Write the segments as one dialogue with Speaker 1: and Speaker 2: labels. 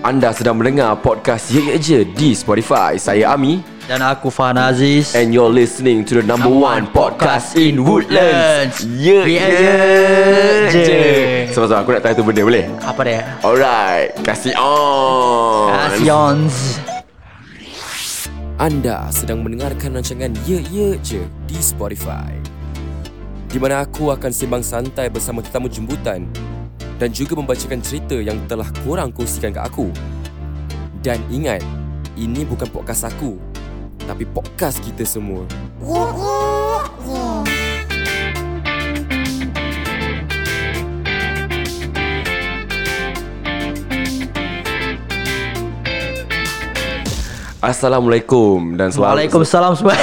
Speaker 1: Anda sedang mendengar podcast Ye Ye Je di Spotify. Saya Ami
Speaker 2: Dan aku Farhan Aziz
Speaker 1: and you're listening to the number one podcast in Woodlands. Ye
Speaker 2: Ye
Speaker 1: Ye
Speaker 2: Je.
Speaker 1: Je. Sama-sama aku nak tanya tu benda boleh?
Speaker 2: Apa dia? Eh,
Speaker 1: Alright, kasih on.
Speaker 2: Asions
Speaker 1: Anda sedang mendengarkan rancangan Ye Ye Je di Spotify Di mana aku akan sembang santai bersama tetamu jemputan Dan juga membacakan cerita yang telah korang kongsikan ke aku Dan ingat, ini bukan podcast aku Tapi podcast kita semua Assalamualaikum dan selamat
Speaker 2: Waalaikumsalam semua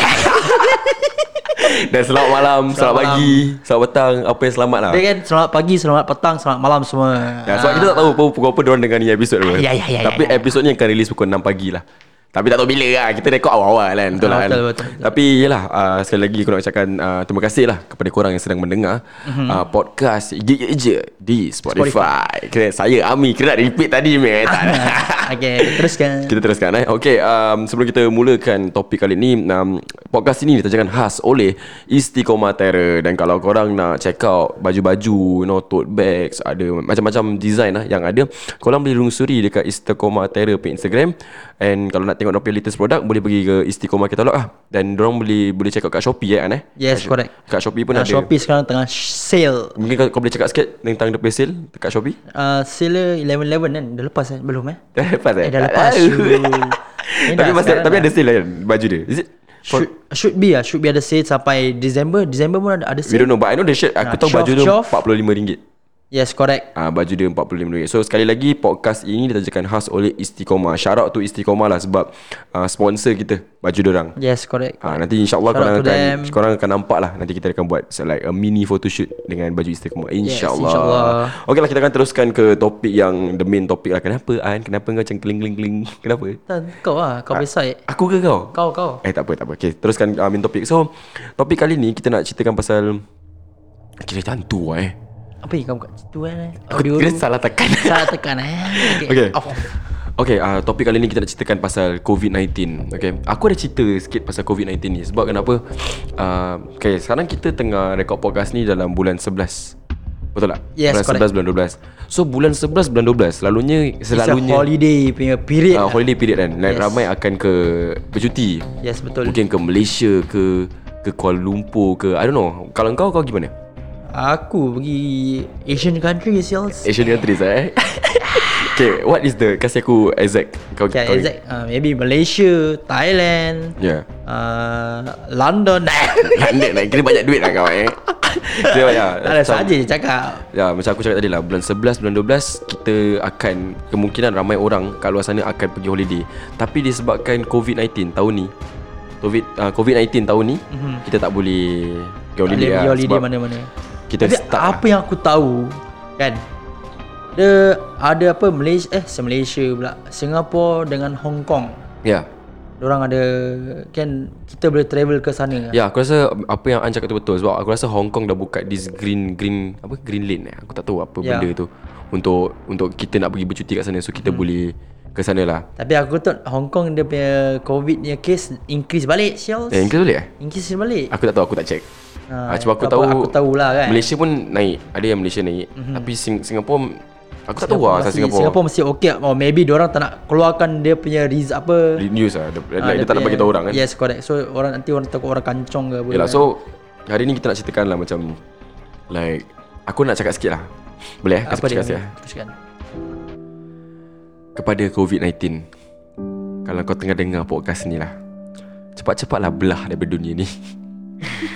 Speaker 1: dan selamat malam, selamat,
Speaker 2: Selamat
Speaker 1: pagi, selamat petang, apa yang selamat lah.
Speaker 2: Dia kan selamat pagi, selamat petang, selamat malam semua
Speaker 1: Ya, sebab kita tak tahu pukul, pukul apa diorang dengar ni episod apa.
Speaker 2: Ya, ya, ya,
Speaker 1: Tapi
Speaker 2: ya, ya.
Speaker 1: episod ni akan release pukul 6 pagi lah. Tapi tak tahu bila lah. Kita rekod awal-awal kan. Betul lah
Speaker 2: Ah,
Speaker 1: kan.
Speaker 2: betul, betul, betul.
Speaker 1: Tapi yelah, uh, sekali lagi aku nak ucapkan uh, terima kasih lah kepada korang yang sedang mendengar
Speaker 2: Mhm.
Speaker 1: uh, podcast Ye Ye Je di Spotify. Kira saya Ami. Kira nak repeat tadi, meh. Tak ada.
Speaker 2: Ah, Okay, teruskan
Speaker 1: Kita teruskan eh. Okey, um, sebelum kita mulakan topik kali ni, um, podcast ini ditajakan khas oleh Istiqomah Terror dan kalau korang nak check out baju-baju, you know, tote bags, ada macam-macam design lah yang ada, korang boleh lungsuri dekat Istiqomah Terror punya Instagram and kalau nak tengok dia punya latest product boleh pergi ke Istiqomah Catalog lah dan dorang boleh boleh check out kat Shopee eh kan eh.
Speaker 2: Yes, correct
Speaker 1: Kat Shopee pun
Speaker 2: Nah,
Speaker 1: ada.
Speaker 2: Shopee sekarang tengah sale
Speaker 1: Mungkin kau, kau boleh cakap sikit tentang the sale dekat Shopee?
Speaker 2: uh, Sale 11-11 kan? Dah lepas kan? Belum eh?
Speaker 1: Dah lepas eh?
Speaker 2: Eh, dah
Speaker 1: Tak
Speaker 2: lepas.
Speaker 1: tahu.
Speaker 2: Ni
Speaker 1: tapi
Speaker 2: dah
Speaker 1: masih,
Speaker 2: sekarang
Speaker 1: tapi
Speaker 2: dah.
Speaker 1: ada sale lah kan baju dia. Is it? for-
Speaker 2: Should, should be lah Should be ada sale sampai December December pun ada, ada
Speaker 1: We
Speaker 2: sale
Speaker 1: don't know But I know the shirt Aku
Speaker 2: Nah,
Speaker 1: tahu
Speaker 2: Chof,
Speaker 1: baju dia
Speaker 2: Chof.
Speaker 1: RM45
Speaker 2: Yes correct
Speaker 1: Ah, baju dia RM45 So sekali lagi Podcast ini ditajakan khas oleh Istiqomah Shout out to Istiqomah lah Sebab uh, Sponsor kita Baju dorang
Speaker 2: Yes correct
Speaker 1: Ah, Nanti insyaAllah
Speaker 2: Shout
Speaker 1: korang
Speaker 2: out to
Speaker 1: akan
Speaker 2: them.
Speaker 1: Korang akan nampak lah Nanti kita akan buat so, Like a mini photoshoot Dengan baju Istiqomah InsyaAllah yes,
Speaker 2: insyaAllah.
Speaker 1: Okay lah kita akan teruskan ke Topik yang The main topik lah Kenapa An Kenapa kau macam keling-keling-keling Kenapa
Speaker 2: Tan, Kau lah
Speaker 1: Ah.
Speaker 2: Kau besar
Speaker 1: Aku ke kau
Speaker 2: Kau kau
Speaker 1: Eh tak apa tak apa Okay teruskan uh, main topik So Topik kali ni kita nak ceritakan pasal Kira hantu lah eh
Speaker 2: Apa yang kau buka situ kan eh?
Speaker 1: Aku
Speaker 2: Audio
Speaker 1: kira
Speaker 2: tu.
Speaker 1: salah tekan
Speaker 2: Salah tekan eh
Speaker 1: Okay.
Speaker 2: off, off.
Speaker 1: Okay uh, topik kali ni kita nak ceritakan pasal COVID-19 Okay Aku ada cerita sikit pasal COVID-19 ni Sebab kenapa uh, Okay sekarang kita tengah rekod podcast ni dalam bulan 11 Betul tak?
Speaker 2: Yes,
Speaker 1: bulan 11
Speaker 2: correct.
Speaker 1: bulan 12 So bulan 11 bulan 12 Selalunya
Speaker 2: It's a
Speaker 1: Selalunya
Speaker 2: holiday punya period
Speaker 1: uh,
Speaker 2: uh,
Speaker 1: Holiday period kan yes.
Speaker 2: Yes.
Speaker 1: Ramai akan ke Bercuti
Speaker 2: Yes betul
Speaker 1: Mungkin ke Malaysia ke Ke Kuala Lumpur ke I don't know Kalau kau kau gimana?
Speaker 2: Aku pergi Asian country sales
Speaker 1: Asian countries eh Okay what is the Kasih aku exact kau,
Speaker 2: Okay
Speaker 1: kau,
Speaker 2: exact uh, Maybe Malaysia Thailand
Speaker 1: Yeah
Speaker 2: uh, London
Speaker 1: Landed lah Kira banyak duit lah kau eh Kira banyak
Speaker 2: Tak ada
Speaker 1: Macam-
Speaker 2: saja je cakap
Speaker 1: Ya macam aku cakap tadi lah Bulan 11, bulan 12 Kita akan Kemungkinan ramai orang Kat luar sana akan pergi holiday Tapi disebabkan COVID-19 tahun ni COVID, uh, COVID-19 tahun ni mm-hmm. Kita tak boleh Pergi
Speaker 2: Mhm. Tak
Speaker 1: holiday
Speaker 2: boleh
Speaker 1: lah
Speaker 2: pergi holiday
Speaker 1: sebab
Speaker 2: mana-mana
Speaker 1: Kita
Speaker 2: Tapi
Speaker 1: stuck lah. eh.
Speaker 2: apa yang aku tahu Kan Ada Ada apa Malaysia Eh se- Malaysia pula Singapura dengan Hong Kong
Speaker 1: Ya
Speaker 2: Diorang ada Kan Kita boleh travel ke sana
Speaker 1: Ya aku rasa Apa yang An cakap tu betul Sebab aku rasa Hong Kong dah buka This green Green Apa green lane eh? Aku tak tahu apa
Speaker 2: Ya.
Speaker 1: benda tu Untuk Untuk kita nak pergi bercuti kat sana So kita hmm. boleh ke sana lah
Speaker 2: Tapi aku tu Hong Kong dia punya COVID punya case increase balik sial.
Speaker 1: Eh Inggeris boleh eh?
Speaker 2: Increase balik.
Speaker 1: Aku tak tahu Aku tak check
Speaker 2: Ha,
Speaker 1: Ah, cuma aku
Speaker 2: tak
Speaker 1: tahu
Speaker 2: apa, aku tahulah kan. Mhm.
Speaker 1: Malaysia pun naik. Ada yang Malaysia naik. Mm-hmm. Tapi Sing- Singapura aku tak tahu lah
Speaker 2: masih,
Speaker 1: pasal Singapura.
Speaker 2: Singapura masih okay or maybe dia orang tak nak keluarkan dia punya riz apa.
Speaker 1: Di News lah. Dia,
Speaker 2: ah,
Speaker 1: like, dia, tak nak
Speaker 2: punya-
Speaker 1: bagi tahu orang kan.
Speaker 2: Yes correct. So orang nanti orang takut orang kancong ke apa.
Speaker 1: Yalah,
Speaker 2: kan.
Speaker 1: so hari ni kita nak ceritakan lah macam like aku nak cakap sikit lah. Boleh eh? Aku
Speaker 2: apa dia?
Speaker 1: cakap sikit lah.
Speaker 2: Teruskan.
Speaker 1: Kepada COVID-19. Kalau kau tengah dengar podcast ni lah. Cepat-cepatlah belah daripada dunia ni.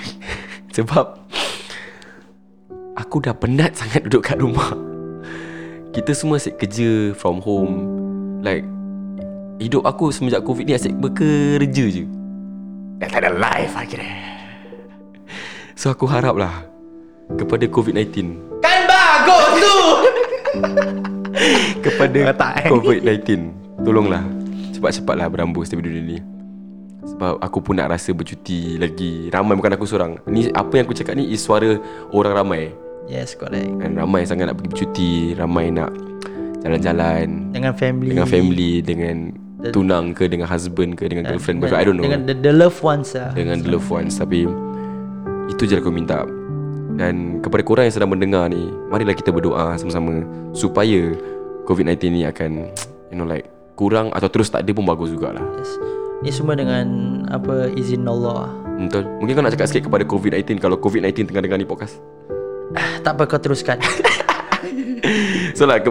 Speaker 1: Sebab aku dah penat sangat duduk kat rumah. Kita semua asyik kerja from home. Like hidup aku semenjak Covid ni asyik bekerja je. Dah tak ada life akhirnya. So aku haraplah kepada Covid-19
Speaker 2: Kan bagus tu.
Speaker 1: kepada
Speaker 2: Tak, eh?
Speaker 1: COVID-19 Tolonglah Cepat-cepatlah berambus daripada dunia ni Sebab aku pun nak rasa bercuti lagi Ramai bukan aku seorang Ni apa yang aku cakap ni is suara orang ramai
Speaker 2: Yes correct.
Speaker 1: Dan ramai sangat nak pergi bercuti Ramai nak Jalan-jalan
Speaker 2: Dengan family
Speaker 1: Dengan family Dengan
Speaker 2: The-
Speaker 1: tunang ke Dengan husband ke Dengan girlfriend
Speaker 2: dengan-
Speaker 1: boyfriend I don't know
Speaker 2: Dengan the, the loved ones lah
Speaker 1: dengan the loved ones Tapi Itu je lah aku minta Dan kepada korang yang sedang mendengar ni Marilah kita berdoa sama-sama Supaya COVID-19 ni akan You know like Kurang atau terus tak ada pun bagus jugalah
Speaker 2: Yes. Ni semua dengan apa izin Allah.
Speaker 1: Betul Mungkin kau nak cakap sikit kepada COVID-19 Kalau COVID-19 tengah dengar ni podcast
Speaker 2: Ah, tak apa kau teruskan.
Speaker 1: So lah ke,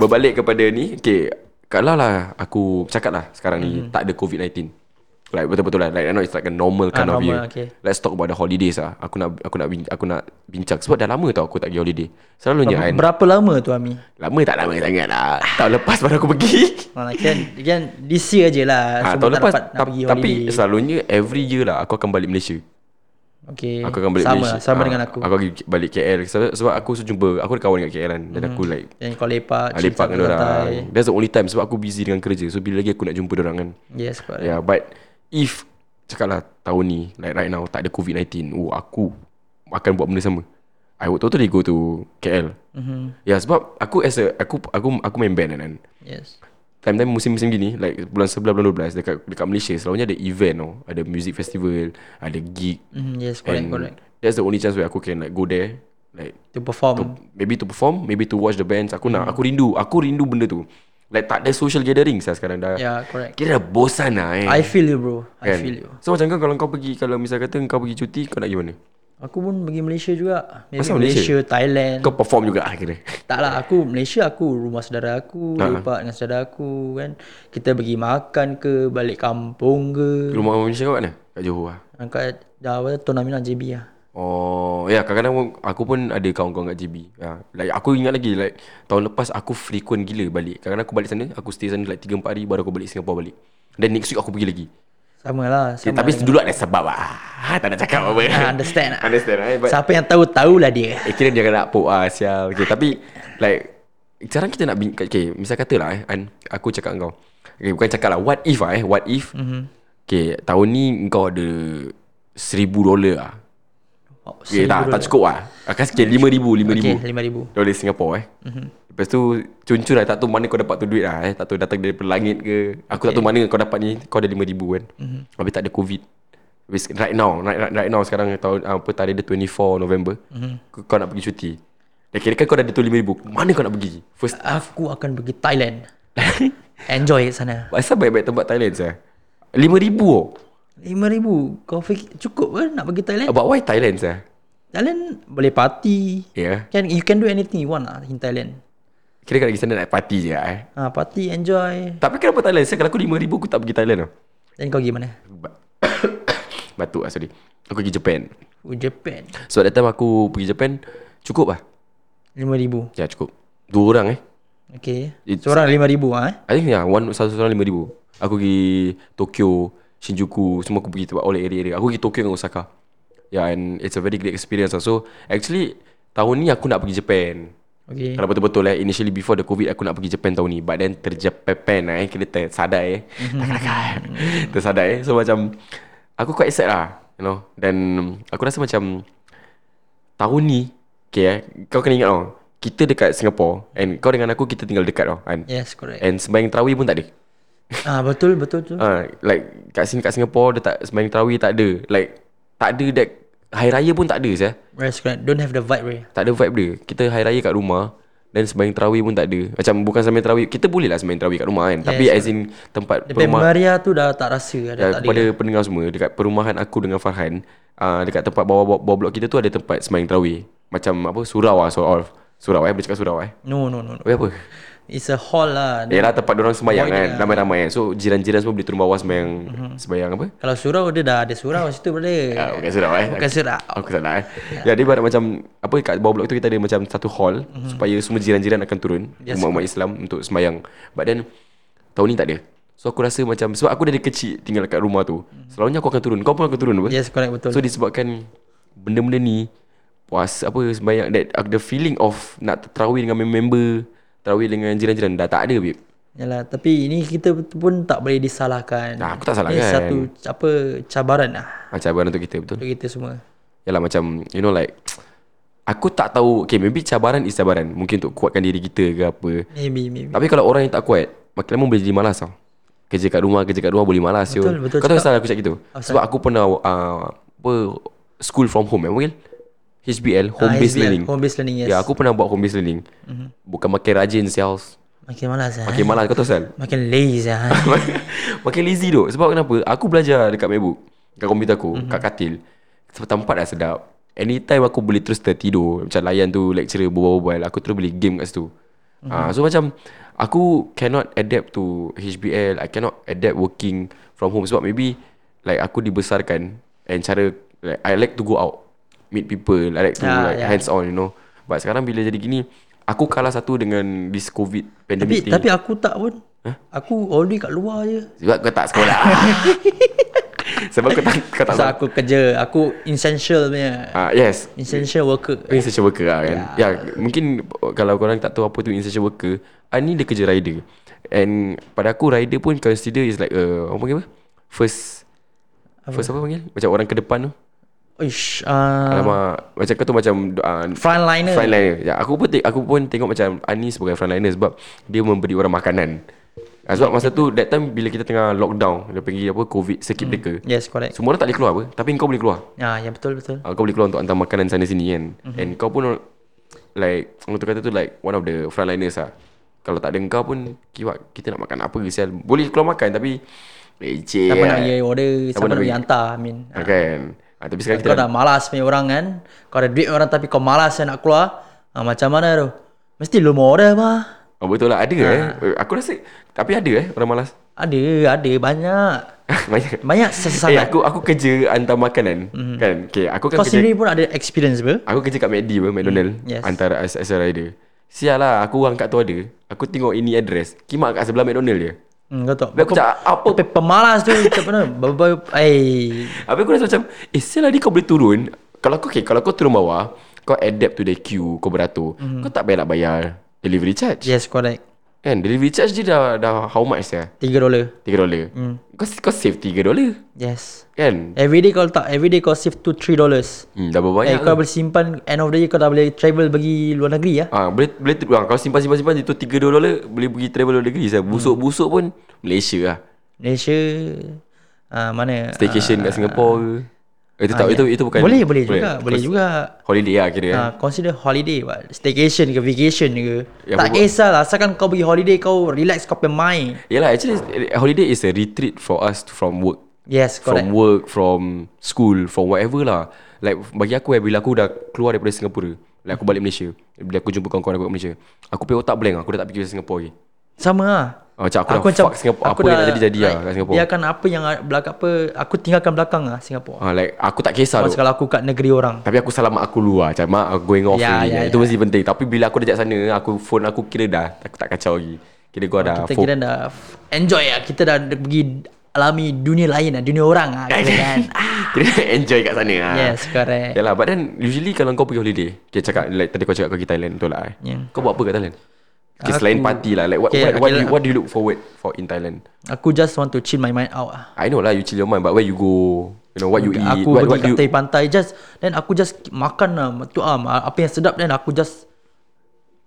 Speaker 1: Berbalik kepada ni Okay Kalau lah aku cakap lah sekarang ni
Speaker 2: Mhm.
Speaker 1: Tak ada COVID-19 Like betul-betul lah Like I know it's like a normal kind
Speaker 2: Ah,
Speaker 1: of year
Speaker 2: normal, okay.
Speaker 1: Let's talk about the holidays lah Aku nak aku nak bin- aku nak bincang Sebab dah lama tau aku tak pergi holiday Selalunya kan
Speaker 2: Berapa lama tu Ami?
Speaker 1: Lama tak lama sangat lah Tahun lepas baru aku pergi
Speaker 2: Mana kan kan this year je lah
Speaker 1: ha, Tahun
Speaker 2: semua tak
Speaker 1: lepas
Speaker 2: dapat nak
Speaker 1: ta-
Speaker 2: pergi
Speaker 1: Tapi
Speaker 2: holiday.
Speaker 1: selalunya every year lah Aku akan balik Malaysia
Speaker 2: okay.
Speaker 1: Aku akan balik
Speaker 2: sama,
Speaker 1: Malaysia
Speaker 2: Sama
Speaker 1: Ah,
Speaker 2: dengan aku.
Speaker 1: Aku akan balik KL Sebab, sebab aku sejumpa Aku ada kawan dekat KL kan Dan aku like
Speaker 2: Yang kau lepak, chill
Speaker 1: Ah, Lepak
Speaker 2: sambil
Speaker 1: dengan
Speaker 2: santai.
Speaker 1: orang That's the only time Sebab aku busy dengan kerja So bila lagi aku nak jumpa orang kan
Speaker 2: Yes, correct.
Speaker 1: Yeah but If Cakap lah tahun ni Like right now Tak ada COVID-19 Oh aku Akan buat benda sama I would totally go to KL
Speaker 2: Mhm.
Speaker 1: Ya yeah, sebab Aku as a Aku aku aku main band kan
Speaker 2: Yes.
Speaker 1: Time-time musim-musim gini Like bulan 11 bulan 12 Dekat, dekat Malaysia Selalunya ada event tau Ada music festival Ada gig
Speaker 2: Mhm, yes, correct,
Speaker 1: and
Speaker 2: correct.
Speaker 1: That's the only chance Where aku can like go there Like
Speaker 2: To perform.
Speaker 1: Maybe to perform Maybe to watch the bands Aku
Speaker 2: Hmm.
Speaker 1: nak Aku rindu Aku rindu benda tu Like tak ada social gathering saya sekarang dah
Speaker 2: yeah, correct.
Speaker 1: Kira dah bosan lah eh
Speaker 2: I feel you bro.
Speaker 1: kan?
Speaker 2: I feel you.
Speaker 1: So macam kau Kalau kau pergi Kalau misal kata Kau pergi cuti Kau nak pergi mana
Speaker 2: Aku pun pergi Malaysia juga. Maybe
Speaker 1: Asal Malaysia?
Speaker 2: Malaysia, Thailand.
Speaker 1: Kau perform juga ah, kira
Speaker 2: Tak lah aku Malaysia aku rumah saudara aku
Speaker 1: Ha.
Speaker 2: lepak dengan saudara aku kan kita pergi makan ke balik kampung ke
Speaker 1: Rumah orang Malaysia kau kat mana Kat Johor lah
Speaker 2: angkat dah apa turnamen JB lah
Speaker 1: Oh Ya yeah, kadang-kadang Aku pun ada kawan-kawan kat JB ha. like, Aku ingat lagi like, Tahun lepas aku frequent gila balik Kadang-kadang aku balik sana Aku stay sana like 3-4 hari Baru aku balik Singapore balik Then next week aku pergi lagi
Speaker 2: sama lah
Speaker 1: Eh,
Speaker 2: sama
Speaker 1: Tapi dulu ada sebab lah ha, Tak nak cakap apa
Speaker 2: Ah, understand lah.
Speaker 1: Understand right? But
Speaker 2: siapa yang tahu tahulah dia
Speaker 1: Eh kira dia kena nak pop ah sial. Okay, tapi like sekarang kita nak bin- okay, misal katalah eh An, aku cakap dengan kau. Okay, bukan cakap lah what if ah eh, what if?
Speaker 2: Mhm.
Speaker 1: Mm-hmm. Okay, tahun ni kau ada seribu dolar ah.
Speaker 2: oh,
Speaker 1: Okay, tak, tak cukup ah. Akan sikit lima ribu, lima
Speaker 2: okay,
Speaker 1: ribu.
Speaker 2: 5000
Speaker 1: Dolar Singapura eh. Mm-hmm. Lepas tu cuncur lah tak tahu mana kau dapat tu duit lah eh. Tak tahu datang daripada langit ke. Aku tak tahu mana kau dapat ni. Kau ada lima ribu kan. Mm-hmm. Habis tak ada covid. Habis right now, right, right, right now sekarang tahun ah, apa tarikh dia 24 November. Mm-hmm. Kau, kau nak pergi cuti. Dah kira kan kau dah ada tu lima ribu. Mana kau nak pergi? First
Speaker 2: aku akan pergi Thailand enjoy kat sana
Speaker 1: Asal baik-baik tempat Thailand saya. Lima ribu oh.
Speaker 2: 5000 kau fikir cukup ke nak pergi Thailand
Speaker 1: But why Thailand saya?
Speaker 2: Thailand boleh party
Speaker 1: Ya. Yeah.
Speaker 2: can you can do anything you want lah in Thailand
Speaker 1: Kira kau nak pergi sana nak party je lah, eh.
Speaker 2: ah party enjoy
Speaker 1: Tapi kenapa Thailand? Saya kalau aku lima ribu aku tak pergi Thailand oh. tau.
Speaker 2: then kau pergi mana
Speaker 1: Ba- Batuk lah sorry. Aku pergi Japan.
Speaker 2: oh, Japan
Speaker 1: Sebab that time aku pergi Japan Cukup lah
Speaker 2: 5000
Speaker 1: Ya cukup Dua orang eh
Speaker 2: Okay.
Speaker 1: It's-
Speaker 2: Seorang lima ribu ah. Eh?
Speaker 1: I think ya yeah, one, Satu seorang lima ribu Aku pergi Tokyo Shinjuku Semua aku pergi tempat oleh area-area Aku pergi Tokyo dengan Osaka Ya yeah, and It's a very great experience lah So actually Tahun ni aku nak pergi Japan
Speaker 2: Okay.
Speaker 1: Kalau betul-betul eh Initially before the covid Aku nak pergi Japan tahun ni But then terjepepen lah eh Kena tersadar eh Takkan-takkan Tersadar eh So macam Aku quite sad lah You know Dan Aku rasa macam Tahun ni Okay eh Kau kena ingat tau Kita dekat Singapore And kau dengan aku Kita tinggal dekat tau kan?
Speaker 2: Yes, correct.
Speaker 1: And sembahyang terawih pun tak ada
Speaker 2: ah betul betul tu.
Speaker 1: ha, Like Kat sini kat Singapore Dia tak sembahyang terawih tak ada Like Tak ada that Hari Raya pun tak ada saya
Speaker 2: Yes, correct. Don't have the vibe eh. really.
Speaker 1: tak ada vibe dia Kita hari raya kat rumah Dan sembahyang tarawih pun tak ada Macam bukan sembahyang tarawih Kita boleh lah sembahyang tarawih kat rumah kan Tapi as in tempat
Speaker 2: Tapi
Speaker 1: perumahan
Speaker 2: Maria tu dah tak rasa dah
Speaker 1: Ya,
Speaker 2: tak
Speaker 1: kepada pendengar semua Dekat perumahan aku dengan Farhan uh, Dekat tempat bawah, bawah, bawah blok kita tu Ada tempat sembahyang tarawih Macam apa Surau lah so all. Surau eh Boleh cakap surau eh
Speaker 2: No, no, no, no.
Speaker 1: Tapi apa
Speaker 2: It's a hall lah. Dia,
Speaker 1: Ya lah tempat orang sembahyang kan Ramai-ramai kan So jiran-jiran semua boleh turun bawah sembahyang Sembahyang apa
Speaker 2: Kalau surau dia dah ada surau
Speaker 1: Ah,
Speaker 2: situ brother.
Speaker 1: Bukan surau eh
Speaker 2: Bukan surau.
Speaker 1: Aku tak nak eh Ya dia ibarat macam Apa kat bawah blok tu Kita ada macam satu hall Supaya semua jiran-jiran akan turun Umat-umat Islam Untuk semayang But then Tahun ni tak ada So aku rasa macam Sebab aku dari kecil Tinggal kat rumah tu Selalunya aku akan turun Kau pun akan turun apa
Speaker 2: Yes, correct betul.
Speaker 1: So disebabkan Benda-benda ni Puas apa Semayang that, uh, The feeling of Nak terawih dengan member Terawih dengan jiran-jiran Dah tak ada babe
Speaker 2: Yalah, tapi ini kita pun tak boleh disalahkan.
Speaker 1: Nah, aku tak kan?
Speaker 2: Ini
Speaker 1: salahkan.
Speaker 2: satu apa cabaran lah
Speaker 1: Macam apa untuk kita betul
Speaker 2: untuk kita semua.
Speaker 1: Yalah macam You know like Aku tak tahu Okay maybe cabaran is cabaran Mungkin untuk kuatkan diri kita ke apa
Speaker 2: Maybe maybe
Speaker 1: Tapi kalau orang yang tak kuat Makin lama boleh jadi malas tau Kerja kat rumah Kerja kat rumah boleh malas
Speaker 2: Betul,
Speaker 1: yo.
Speaker 2: betul
Speaker 1: Kau tahu
Speaker 2: cakap. Ah,
Speaker 1: salah aku cakap gitu
Speaker 2: Apa
Speaker 1: Sebab aku pernah uh, apa, School from home eh, Will HBL
Speaker 2: Ah,
Speaker 1: Home based
Speaker 2: HBL,
Speaker 1: learning
Speaker 2: Home based learning yes Mhm.
Speaker 1: Ya aku pernah buat home based learning Bukan makin rajin sales
Speaker 2: Makin malas lah
Speaker 1: Makin malas kau tahu sal
Speaker 2: Makin lazy lah
Speaker 1: Makin lazy tu Sebab kenapa Aku belajar dekat MacBook Dekat komputer aku
Speaker 2: Mhm.
Speaker 1: mm-hmm. Kat katil Sebab tempat dah sedap Anytime aku boleh terus tertidur Macam layan tu Lecturer berbual-bual Aku terus boleh game kat situ
Speaker 2: Mhm.
Speaker 1: mm-hmm. uh, So macam Aku cannot adapt to HBL I cannot adapt working From home Sebab maybe Like aku dibesarkan And cara like, I like to go out Meet people I like to
Speaker 2: Ah,
Speaker 1: like
Speaker 2: yeah.
Speaker 1: hands on you know But sekarang bila jadi gini Aku kalah satu dengan This covid pandemic
Speaker 2: Tapi
Speaker 1: thing
Speaker 2: tapi aku tak pun Aku all day kat luar je
Speaker 1: sebab kau tak sekolah Sebab kau tak kau tak
Speaker 2: Pasal aku kerja Aku essential punya
Speaker 1: Ah yes
Speaker 2: Essential worker
Speaker 1: Kau Essential worker lah kan Ya yeah. Mungkin Kalau korang tak tahu apa tu Essential worker ah, Ni dia kerja rider And Pada aku rider pun Consider is like uh, Orang panggil apa First apa? First apa panggil Macam orang ke depan tu
Speaker 2: Ish uh,
Speaker 1: Alamak Macam kau tu macam uh,
Speaker 2: Frontliner
Speaker 1: Ah. Frontliner ya, aku, pun te- aku pun tengok macam Ani sebagai frontliner Sebab Dia memberi orang makanan Ah, Sebab masa tu That time bila kita tengah lockdown Dia pergi apa Covid Circuit breaker
Speaker 2: Yes correct
Speaker 1: Semua orang tak boleh keluar apa Tapi kau boleh keluar
Speaker 2: Ya ya betul betul
Speaker 1: uh, Kau boleh keluar untuk hantar makanan sana sini kan
Speaker 2: Mhm.
Speaker 1: mm-hmm. And kau pun or- Like Orang tu kata tu like One of the frontliners lah Kalau tak ada kau pun Kiwak kita nak makan apa ke sial Boleh keluar makan tapi Leceh
Speaker 2: Siapa
Speaker 1: lah.
Speaker 2: nak pergi order Siapa
Speaker 1: nak
Speaker 2: nak pergi
Speaker 1: pergi-
Speaker 2: hantar I mean
Speaker 1: Ah, Kan Ah, Tapi sekarang kita
Speaker 2: Kau dah malas punya orang kan Kau ada duit orang Tapi kau malas nak keluar ha, Macam mana tu Mesti lu mau order mah
Speaker 1: oh, Betul lah ada
Speaker 2: Ah.
Speaker 1: eh Eh, Aku rasa Tapi ada eh orang malas
Speaker 2: Ada ada banyak
Speaker 1: Banyak
Speaker 2: Banyak
Speaker 1: Eh
Speaker 2: sesangat
Speaker 1: aku aku kerja hantar makanan mm-hmm. Kan okay, Aku kan
Speaker 2: Mhm. Kau
Speaker 1: kerja
Speaker 2: sendiri pun ada experience ber
Speaker 1: Aku kerja kat McD apa McDonald mm,
Speaker 2: yes.
Speaker 1: yes. Antara as, as a rider Sial lah aku angkat tu ada Aku tengok ini address Kimak kat sebelah McDonald je
Speaker 2: Hmm, kau tahu.
Speaker 1: Habis aku cakap apa
Speaker 2: Pe- pemalas tu macam mana? Babai ai.
Speaker 1: Habis aku rasa macam Eh sial lah ni kau boleh turun Kalau kau okay, Kalau kau turun bawah Kau adapt to the queue Kau beratur
Speaker 2: Mhm.
Speaker 1: mm-hmm. Kau tak payah nak bayar Delivery charge
Speaker 2: Yes, correct.
Speaker 1: Kan delivery charge dia dah, dah How much ya
Speaker 2: 3 dolar.
Speaker 1: $3 mm. kau, kau save $3
Speaker 2: Yes.
Speaker 1: Kan
Speaker 2: Every day kau letak, every day kau save tu 3 dollars.
Speaker 1: hmm, Dah
Speaker 2: Eh,
Speaker 1: berbanyak
Speaker 2: kau boleh simpan end of the year kau dah boleh travel pergi luar negeri ya.
Speaker 1: Ah, boleh boleh tu, ah, kalau simpan simpan simpan itu 3 dolar boleh pergi travel luar negeri saya. Busuk-busuk pun Malaysia lah.
Speaker 2: Malaysia uh, mana?
Speaker 1: Staycation kat Singapura ke. Eh, Itu tak itu itu bukan.
Speaker 2: Ah, ya. Boleh, boleh juga, boleh
Speaker 1: Kos-
Speaker 2: juga.
Speaker 1: Holiday lah kira.
Speaker 2: Uh, consider holiday what? Staycation ke vacation ke
Speaker 1: Ya, apa-
Speaker 2: Tak kisah lah Asalkan kau pergi holiday Kau relax kau punya mind
Speaker 1: Yalah actually eh, holiday is a retreat for us from work.
Speaker 2: Yes
Speaker 1: from
Speaker 2: correct
Speaker 1: work, from school, from whatever lah. Like bagi aku eh, bila aku dah keluar daripada Singapura, like aku balik Malaysia, bila aku jumpa kawan-kawan aku kat Malaysia, aku punya otak blank, aku dah tak fikir Singapura lagi.
Speaker 2: Sama lah
Speaker 1: Ah, Macam aku, aku dah fuck Singapura, apa yang dah jadi jadi lah kat Singapura.
Speaker 2: Biarkan apa yang ada- belakang apa Aku tinggalkan belakang lah Singapura
Speaker 1: Ah, like aku tak kisah
Speaker 2: Kalau
Speaker 1: tu.
Speaker 2: kalau aku kat negeri orang
Speaker 1: Tapi aku salam mak aku dulu lah Macam mak aku going off
Speaker 2: Ya,
Speaker 1: yeah,
Speaker 2: ya,
Speaker 1: yeah,
Speaker 2: ya.
Speaker 1: Itu mesti penting Tapi bila aku dah kat sana aku Phone aku kira dah Aku tak kacau lagi Kira gua dah
Speaker 2: Kita
Speaker 1: fo-
Speaker 2: kira dah f- Enjoy lah Kita dah d- pergi Alami dunia lain lah Dunia orang lah Kira kan
Speaker 1: Kira enjoy kat sana lah
Speaker 2: Yes correct
Speaker 1: Yalah but then Usually kalau kau pergi holiday Okay cakap like, Tadi kau cakap kau pergi Thailand Betul lah eh
Speaker 2: Yeah.
Speaker 1: Kau buat apa kat Thailand Okay, selain party lah Like what,
Speaker 2: Ya. Okay,
Speaker 1: what, what,
Speaker 2: okay
Speaker 1: do you,
Speaker 2: lah.
Speaker 1: what do you look forward For in Thailand
Speaker 2: Aku just want to chill my mind out lah
Speaker 1: I know lah You chill your mind But where you go You know what you eat
Speaker 2: Aku
Speaker 1: what,
Speaker 2: pergi
Speaker 1: what
Speaker 2: kat
Speaker 1: do you,
Speaker 2: tepi pantai Just Then aku just makan lah Tu ah, ma- Apa yang sedap Then aku just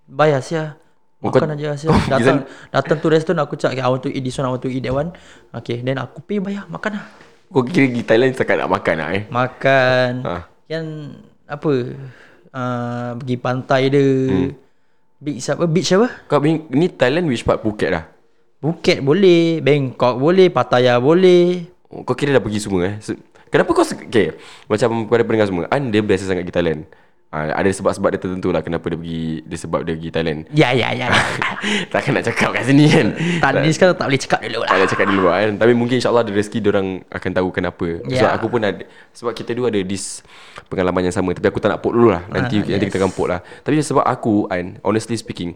Speaker 2: Bayar sia
Speaker 1: Oh, kau-
Speaker 2: Makan aja sia
Speaker 1: kau pergi
Speaker 2: Datang Datang tu restoran Aku cakap okay, I want to eat this one I want to eat that one Okay Then aku pay bayar Makan lah
Speaker 1: Kau kira pergi Thailand Setakat nak makan lah eh
Speaker 2: Makan
Speaker 1: Ha.
Speaker 2: Kan Apa uh, Pergi pantai dia
Speaker 1: Hmm.
Speaker 2: Beach apa Beach apa
Speaker 1: Kau pergi- ni Thailand which part Phuket lah
Speaker 2: Phuket boleh Bangkok boleh Pattaya boleh
Speaker 1: Oh, Kau kira dah pergi semua eh Se- Kenapa kau se- Okay Macam kepada pendengar semua An dia biasa sangat pergi Thailand ha, Ada sebab-sebab dia tertentu lah Kenapa dia pergi Dia sebab dia pergi Thailand
Speaker 2: Ya ya ya
Speaker 1: Takkan nak cakap kat sini kan
Speaker 2: Tak ni sekarang tak boleh cakap dulu
Speaker 1: Tak
Speaker 2: lah
Speaker 1: nak cakap dulu lah kan Tapi mungkin insyaAllah Ada rezeki orang akan tahu kenapa Sebab
Speaker 2: Ya.
Speaker 1: aku pun ada Sebab kita dua ada this Pengalaman yang sama Tapi aku tak nak put dulu lah Nanti
Speaker 2: Ah,
Speaker 1: nanti
Speaker 2: yes.
Speaker 1: kita akan put lah Tapi sebab aku An Honestly speaking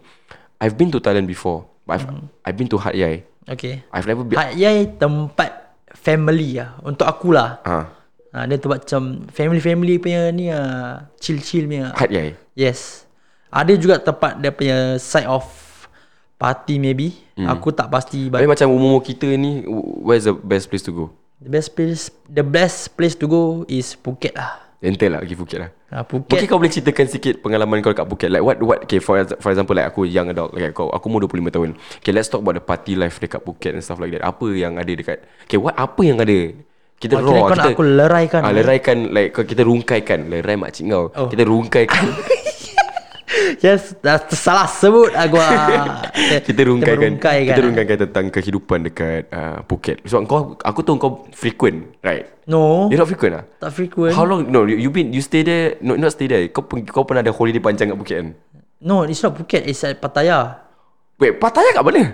Speaker 1: I've been to Thailand before But I've,
Speaker 2: Mhm.
Speaker 1: I've been to Hat Yai
Speaker 2: Okay
Speaker 1: I've never been
Speaker 2: Hat Yai tempat family lah Untuk akulah
Speaker 1: ha,
Speaker 2: ha, Dia tempat macam family-family punya ni lah Chill-chill punya
Speaker 1: Hat Yai
Speaker 2: Yes Ada juga tempat dia punya side of party maybe
Speaker 1: Hmm.
Speaker 2: Aku tak pasti but
Speaker 1: Tapi macam umur kita ni Where's the best place to go?
Speaker 2: The best place the best place to go is Phuket lah.
Speaker 1: Rental lah pergi Phuket lah
Speaker 2: Ah,
Speaker 1: Mungkin
Speaker 2: Phuket
Speaker 1: kau boleh ceritakan sikit pengalaman kau dekat Phuket Like what what okay, for, ex- for example like aku young adult like kau aku umur 25 tahun. Okay let's talk about the party life dekat Phuket and stuff like that. Apa yang ada dekat Okay what apa yang ada? Kita
Speaker 2: Wah,
Speaker 1: raw
Speaker 2: kira kau
Speaker 1: kita
Speaker 2: nak aku leraikan
Speaker 1: Ah, leraikan like kau- kita rungkaikan. Lerai mak cik kau.
Speaker 2: Oh.
Speaker 1: Kita rungkaikan.
Speaker 2: Yes dah Salah sebut aku ah.
Speaker 1: kita rungkaikan.
Speaker 2: merungkaikan.
Speaker 1: Kita rungkaikan tentang kehidupan dekat uh, Phuket. Sebab kau aku tahu kau frequent, right?
Speaker 2: No
Speaker 1: You not frequent lah.
Speaker 2: Tak frequent
Speaker 1: How long? No, you, you been you stay there? No, not stay there. Kau peng- kau pernah ada holiday panjang kat Phuket kan?
Speaker 2: No it's not Phuket It's at Pattaya
Speaker 1: Wait, Pattaya kat mana?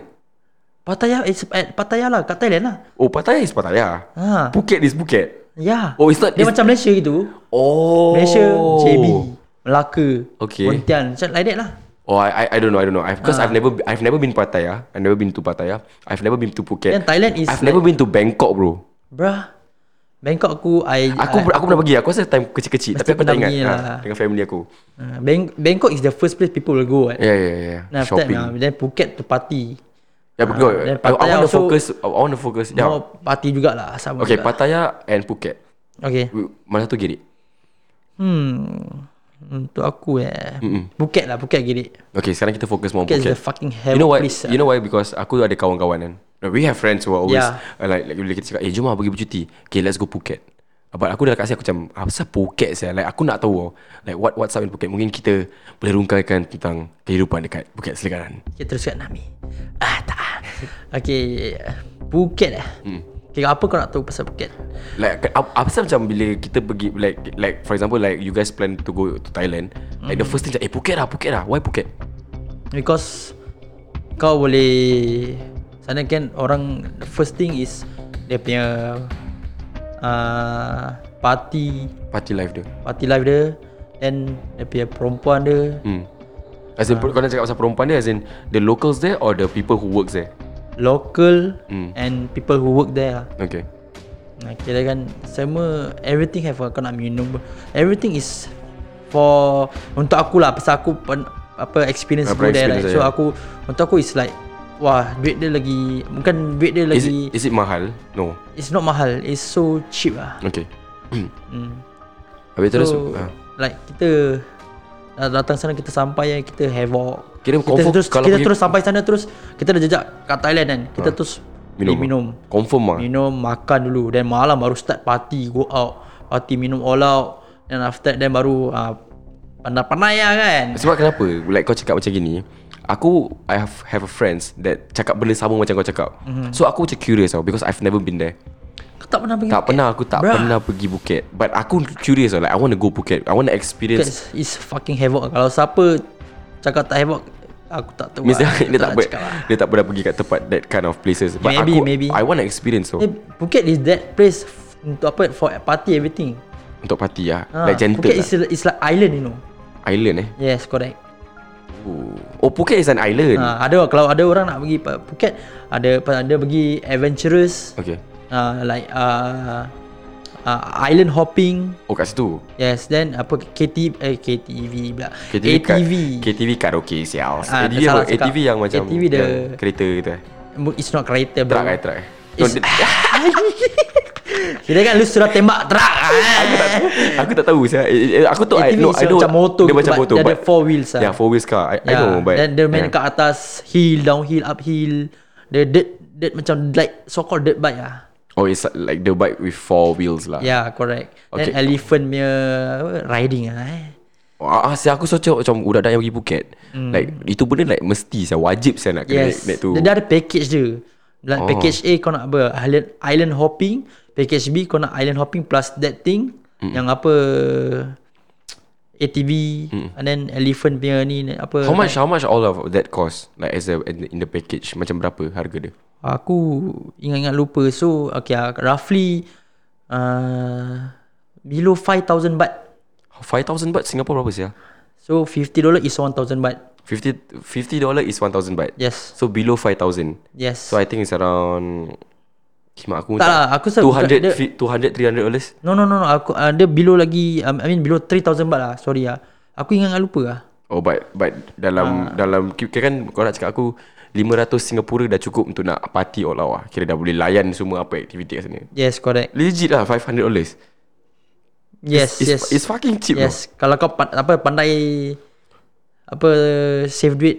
Speaker 2: Pattaya It's at Pattaya lah Kat Thailand lah
Speaker 1: Oh Pattaya is Pattaya
Speaker 2: Ha.
Speaker 1: Phuket is Phuket
Speaker 2: Ya
Speaker 1: Oh it's not
Speaker 2: Dia
Speaker 1: it's,
Speaker 2: macam Malaysia gitu
Speaker 1: Oh
Speaker 2: Malaysia JB Melaka
Speaker 1: Okay.
Speaker 2: Pontian Macam like that lah
Speaker 1: Oh I I- I don't know I don't know I've,
Speaker 2: Ha.
Speaker 1: Because I've never I've never been Pattaya I've never been to Pattaya I've never been to Phuket
Speaker 2: Then Thailand is
Speaker 1: I've never been to Bangkok bro
Speaker 2: Bruh Bangkok Ah, aku I,
Speaker 1: Aku
Speaker 2: I,
Speaker 1: aku pernah pergi Aku rasa time kecil-kecil
Speaker 2: Mesti
Speaker 1: Tapi aku tak
Speaker 2: pernah
Speaker 1: ingat
Speaker 2: pergi
Speaker 1: ha,
Speaker 2: lah.
Speaker 1: Dengan family aku Ya,
Speaker 2: uh, Bang, Bangkok is the first place people will go right?
Speaker 1: Yeah yeah yeah
Speaker 2: Then after that,
Speaker 1: Shopping
Speaker 2: uh, Then Phuket to party
Speaker 1: yeah, but go. I, I
Speaker 2: then Pattaya
Speaker 1: want to
Speaker 2: also-
Speaker 1: focus I want to focus yeah.
Speaker 2: yeah. Oh, party jugalah
Speaker 1: Ya.
Speaker 2: sama
Speaker 1: Okay
Speaker 2: juga.
Speaker 1: Pattaya and Phuket
Speaker 2: Okay
Speaker 1: We- Mana tu girik
Speaker 2: Hmm Untuk aku eh Mm-mm. Phuket lah Phuket gini
Speaker 1: Okay sekarang kita fokus more on
Speaker 2: Phuket is
Speaker 1: Phuket
Speaker 2: the fucking
Speaker 1: You
Speaker 2: hell
Speaker 1: know why?
Speaker 2: place uh. ah.
Speaker 1: You know why? Because aku ada kawan-kawan kan. Like, We have friends who are always
Speaker 2: Yeah.
Speaker 1: yeah. like, like bila kita cakap, eh jom lah pergi bercuti. Okay, let's go Phuket. But aku dah kat sini aku macam Apa pasal Phuket saya Like aku nak tahu tau, Like what what's up in Phuket Mungkin kita Boleh rungkaikan tentang Kehidupan dekat Phuket Selikaran
Speaker 2: Kita terus kat Nami Ah tak ah. Okay Phuket eh
Speaker 1: Mm.
Speaker 2: hmm. Okay apa kau nak tahu pasal Phuket
Speaker 1: Like apa, apa pasal macam Bila kita pergi Like like for example Like you guys plan to go to Thailand Like the first thing macam, Eh Phuket lah Phuket lah Why Phuket?
Speaker 2: Because Kau boleh Sana kan orang The first thing is Dia punya uh, Party
Speaker 1: Party life dia
Speaker 2: Party life dia Then Dia punya perempuan dia
Speaker 1: hmm. As in kau nak cakap pasal perempuan dia As in The locals there Or the people who works there
Speaker 2: Local
Speaker 1: Hmm.
Speaker 2: And people who work there lah
Speaker 1: Okay
Speaker 2: Nah, kira kan Semua Everything have a Kau nak minum Everything is For Untuk aku lah Pasal aku pen, Apa experience
Speaker 1: Apa
Speaker 2: go there like.
Speaker 1: experience
Speaker 2: So
Speaker 1: dia.
Speaker 2: aku Untuk aku is like Wah duit dia lagi Bukan duit dia
Speaker 1: Is
Speaker 2: lagi
Speaker 1: it, is it mahal? No
Speaker 2: It's not mahal It's so cheap lah
Speaker 1: Okay
Speaker 2: hmm.
Speaker 1: Habis terus
Speaker 2: So
Speaker 1: ah.
Speaker 2: Like kita dah Datang sana kita sampai eh, Kita havoc
Speaker 1: Kira
Speaker 2: kita
Speaker 1: confirm
Speaker 2: terus,
Speaker 1: kalau
Speaker 2: kita
Speaker 1: pergi-
Speaker 2: terus sampai sana terus Kita dah jejak kat Thailand kan Kita terus
Speaker 1: Minum ah.
Speaker 2: minum, eh, minum
Speaker 1: Confirm lah
Speaker 2: Minum makan dulu Then malam baru start party Go out Party minum all out Then after that Then baru uh, Pandai-pandai lah kan
Speaker 1: Sebab kenapa Like kau cakap macam gini Aku I have have a friends That cakap benda sama macam kau cakap
Speaker 2: Mhm.
Speaker 1: mm-hmm. So aku macam curious tau Because I've never been there
Speaker 2: Kau tak pernah pergi
Speaker 1: Tak pernah aku tak
Speaker 2: Bruh.
Speaker 1: pernah pergi Phuket But aku curious tau Like I want to go Phuket I want to
Speaker 2: Phuket
Speaker 1: experience
Speaker 2: is- is Kan, fucking havoc Kalau siapa Cakap tak havoc Aku tak tahu
Speaker 1: Mesti
Speaker 2: lah. Aku
Speaker 1: dia tak
Speaker 2: nak
Speaker 1: ber,
Speaker 2: cakap lah.
Speaker 1: dia tak pernah pergi kat tempat that kind of places. But
Speaker 2: Maybe,
Speaker 1: aku,
Speaker 2: maybe.
Speaker 1: I want to experience so
Speaker 2: Eh, Phuket is that place f- Untuk apa For party everything
Speaker 1: untuk party lah.
Speaker 2: Ah,
Speaker 1: like gentle.
Speaker 2: Phuket
Speaker 1: Lah.
Speaker 2: is, is like island you know
Speaker 1: Island eh.
Speaker 2: Yes correct
Speaker 1: Oh Phuket is an island.
Speaker 2: ha, Ada kalau ada orang nak pergi pa- Phuket Ada ada pergi adventurous
Speaker 1: Okay.
Speaker 2: uh, Like uh, uh, Island hopping
Speaker 1: Oh kat situ.
Speaker 2: Yes then apa KT eh KTV pula
Speaker 1: KTV
Speaker 2: ATV
Speaker 1: Ka- KTV karaoke sial.
Speaker 2: Ah,
Speaker 1: ATV,
Speaker 2: salah
Speaker 1: yang,
Speaker 2: cakap.
Speaker 1: ATV yang macam
Speaker 2: ATV the-
Speaker 1: yang kereta tu eh.
Speaker 2: Bu- It's not kereta bro
Speaker 1: Truck eh truck eh. No,
Speaker 2: Is-
Speaker 1: dia-
Speaker 2: Kira kan lu sudah tembak truck ah.
Speaker 1: aku tak aku tak tahu saya. Aku tu I
Speaker 2: ATV
Speaker 1: know
Speaker 2: is
Speaker 1: I know
Speaker 2: macam motor
Speaker 1: Dia
Speaker 2: gitu,
Speaker 1: macam
Speaker 2: but
Speaker 1: motor ya,
Speaker 2: dia ada four wheels lah.
Speaker 1: Yeah, four wheels car. I, I know but
Speaker 2: Then dia
Speaker 1: yeah.
Speaker 2: main dekat atas Hill downhill uphill The dirt dirt macam like so called dirt bike ah.
Speaker 1: Oh it's like the bike with four wheels lah.
Speaker 2: Yeah correct Then
Speaker 1: Okay.
Speaker 2: elephant punya apa, riding ah. eh.
Speaker 1: Ah, ah, saya aku socok macam budak-budak yang pergi Phuket. Like itu benda like mesti saya wajib saya nak kena
Speaker 2: Hmm. Yes
Speaker 1: naik, naik tu.
Speaker 2: Dia, dia ada package dia like,
Speaker 1: Oh.
Speaker 2: oh. Package A kau nak apa island, island hopping Package B kau nak island hopping Plus that thing mm. Yang apa ATV mm. And then elephant punya ni apa
Speaker 1: How much how much all of that cost like as a in the- in the package macam berapa harga dia?
Speaker 2: Aku ingat-ingat lupa So okay ah, roughly uh, Below 5,000 baht
Speaker 1: 5000 baht Singapore berapa sia?
Speaker 2: So 50 dollar is 1,000 baht
Speaker 1: 50 50 dollar is 1000 baht.
Speaker 2: Yes
Speaker 1: So below 5000.
Speaker 2: Yes
Speaker 1: So I think it's around Kimak aku
Speaker 2: Tak lah, aku rasa
Speaker 1: 200
Speaker 2: bukan- dia-
Speaker 1: fi- 200 300 dollars.
Speaker 2: No no no no aku uh, dia below lagi um, I mean below 3000 baht lah sorry ah. Aku ingat lupa ah.
Speaker 1: Oh but but dalam dalam kira kan kau nak cakap aku 500 Singapura dah cukup untuk nak party all out lah. Kira dah boleh layan semua apa aktiviti kat sana.
Speaker 2: Yes correct
Speaker 1: Legit lah 500 dollars.
Speaker 2: Yes,
Speaker 1: it's,
Speaker 2: yes.
Speaker 1: It's fucking cheap
Speaker 2: yes. Kalau kau pan, apa pandai apa save duit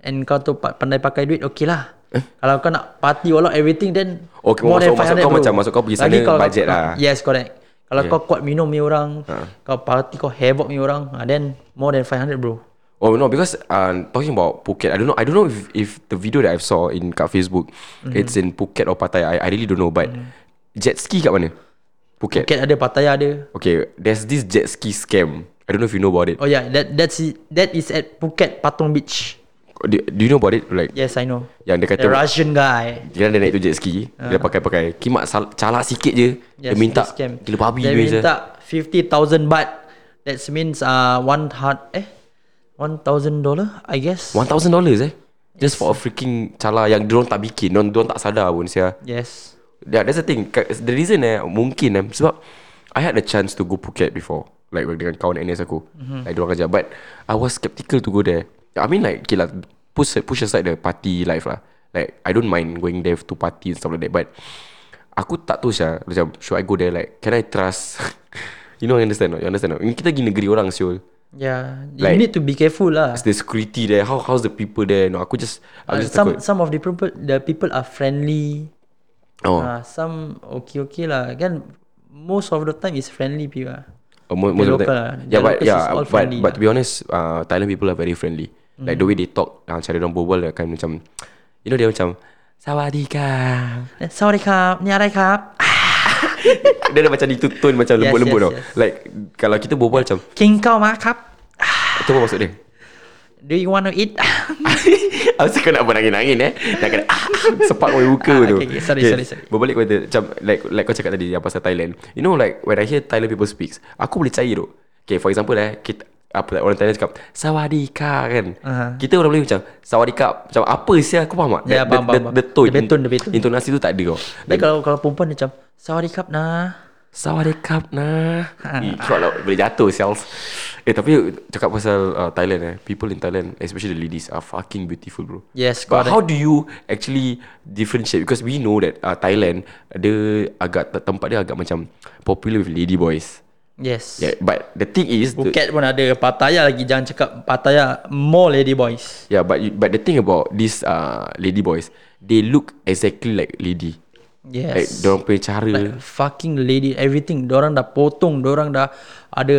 Speaker 2: and kau tu pa- pandai pakai duit okeylah. Eh? Kalau kau nak party all out everything then
Speaker 1: Okay, masuk- masuk kau macam- masuk kau pergi
Speaker 2: Lagi
Speaker 1: sana
Speaker 2: kalau
Speaker 1: budget
Speaker 2: kau,
Speaker 1: lah. Ha.
Speaker 2: Yes, correct. Kalau yeah. kau kuat minum ni orang, kau party kau havoc ni orang, ah, then more than 500 bro.
Speaker 1: Oh no, because uh, talking about Phuket, I don't know. I don't know if, if the video that I saw in kat Facebook,
Speaker 2: Mm-hmm.
Speaker 1: it's in Phuket or Pattaya. I, I really don't know. But jet ski kat mana? Phuket.
Speaker 2: Phuket ada Pattaya ada.
Speaker 1: Okay, there's this jet ski scam. I don't know if you know about it.
Speaker 2: Oh yeah, that that's it. that is at Phuket Patong Beach.
Speaker 1: Do, do you know about it? Like
Speaker 2: Yes, I know.
Speaker 1: yang dia kata
Speaker 2: The Russian guy.
Speaker 1: Kira dia naik tu jet ski uh. Dia pakai-pakai Kimak sal- calak sikit je yes, Dia minta
Speaker 2: this scam.
Speaker 1: Gila babi
Speaker 2: Ah. Dia
Speaker 1: dia je
Speaker 2: minta 50,000 baht. That means uh one hard eh 1,000 dollar I guess.
Speaker 1: $1,000 eh Just for a freaking calak Yang diorang tak bikin Diorang, diorang tak sadar pun sia
Speaker 2: Yes.
Speaker 1: yeah, That's the thing Ka- The reason eh Mungkin eh Sebab I had a chance to go Phuket before Like dengan kawan NS aku mm-hmm. Like diorang kerja But I was skeptical to go there I mean like Okay lah Push, push aside the party life lah Like I don't mind going there to party and stuff like that But Aku tak tahu Syah Macam should I go there like Can I trust You know I understand not? You understand not? Kita pergi negeri orang Syul
Speaker 2: Yeah.
Speaker 1: Like-
Speaker 2: you need to be careful lah.
Speaker 1: the security there how how's the people there no aku just aku
Speaker 2: Uh,
Speaker 1: just
Speaker 2: some
Speaker 1: takut
Speaker 2: some of the people the people are friendly.
Speaker 1: oh
Speaker 2: Uh, some okay okay lah. Kan most of the time is friendly people.
Speaker 1: uh, mo- most of the
Speaker 2: local
Speaker 1: time. yeah
Speaker 2: lah. The
Speaker 1: but
Speaker 2: locals
Speaker 1: yeah
Speaker 2: is all
Speaker 1: but
Speaker 2: friendly lah. Hmm.
Speaker 1: but to be honest uh, Thailand people are very friendly like the way they talk uh, cara dia berbual dia akan macam you know dia macam sawadika
Speaker 2: Eh, Sorry kap, ni ada kap. Ah,
Speaker 1: dia ada macam itu tone macam
Speaker 2: Yes,
Speaker 1: lembut-lembut
Speaker 2: yes,
Speaker 1: tau like kalau kita berbual macam
Speaker 2: King kau mah kap.
Speaker 1: tu apa maksud dia
Speaker 2: Do you want to eat?
Speaker 1: Aku suka nak menangin-nangin eh Nak kena ah, Sepak oleh muka
Speaker 2: Ah,
Speaker 1: tu
Speaker 2: okay, okay. Sorry, sorry, sorry.
Speaker 1: Berbalik kepada Macam like, like kau cakap tadi Yang pasal Thailand You know like When I hear Thailand people speaks Aku boleh cair tu Okay for example eh kita, apa orang Thailand cakap Sawadika kan
Speaker 2: Aha.
Speaker 1: Kita orang boleh macam Sawadika Macam apa sih Kau faham tak
Speaker 2: Ya,
Speaker 1: The- the,
Speaker 2: faham, faham,
Speaker 1: the, the,
Speaker 2: faham.
Speaker 1: tone
Speaker 2: Lebih tone, lebih tone.
Speaker 1: Intonasi tu tak ada kau
Speaker 2: Tapi kalau kalau perempuan dia macam Sorry kap nah.
Speaker 1: Sawadikap nah
Speaker 2: Ha.
Speaker 1: Eh kau lah Boleh jatuh sales Eh tapi Cakap pasal uh, Thailand eh People in Thailand Especially the ladies Are fucking beautiful bro
Speaker 2: Yes,
Speaker 1: But
Speaker 2: correct.
Speaker 1: how do you Actually Differentiate Because we know that uh, Thailand Dia agak Tempat dia agak macam Popular with lady boys
Speaker 2: Yes.
Speaker 1: yeah, But the thing is the-
Speaker 2: Phuket pun ada Pattaya lagi Jangan cakap Pattaya More lady boys
Speaker 1: Yeah but you- but the thing about These uh, lady boys They look exactly like lady Like
Speaker 2: Yes
Speaker 1: Diorang punya cara
Speaker 2: like, Fucking lady Everything Diorang dah potong Diorang dah Ada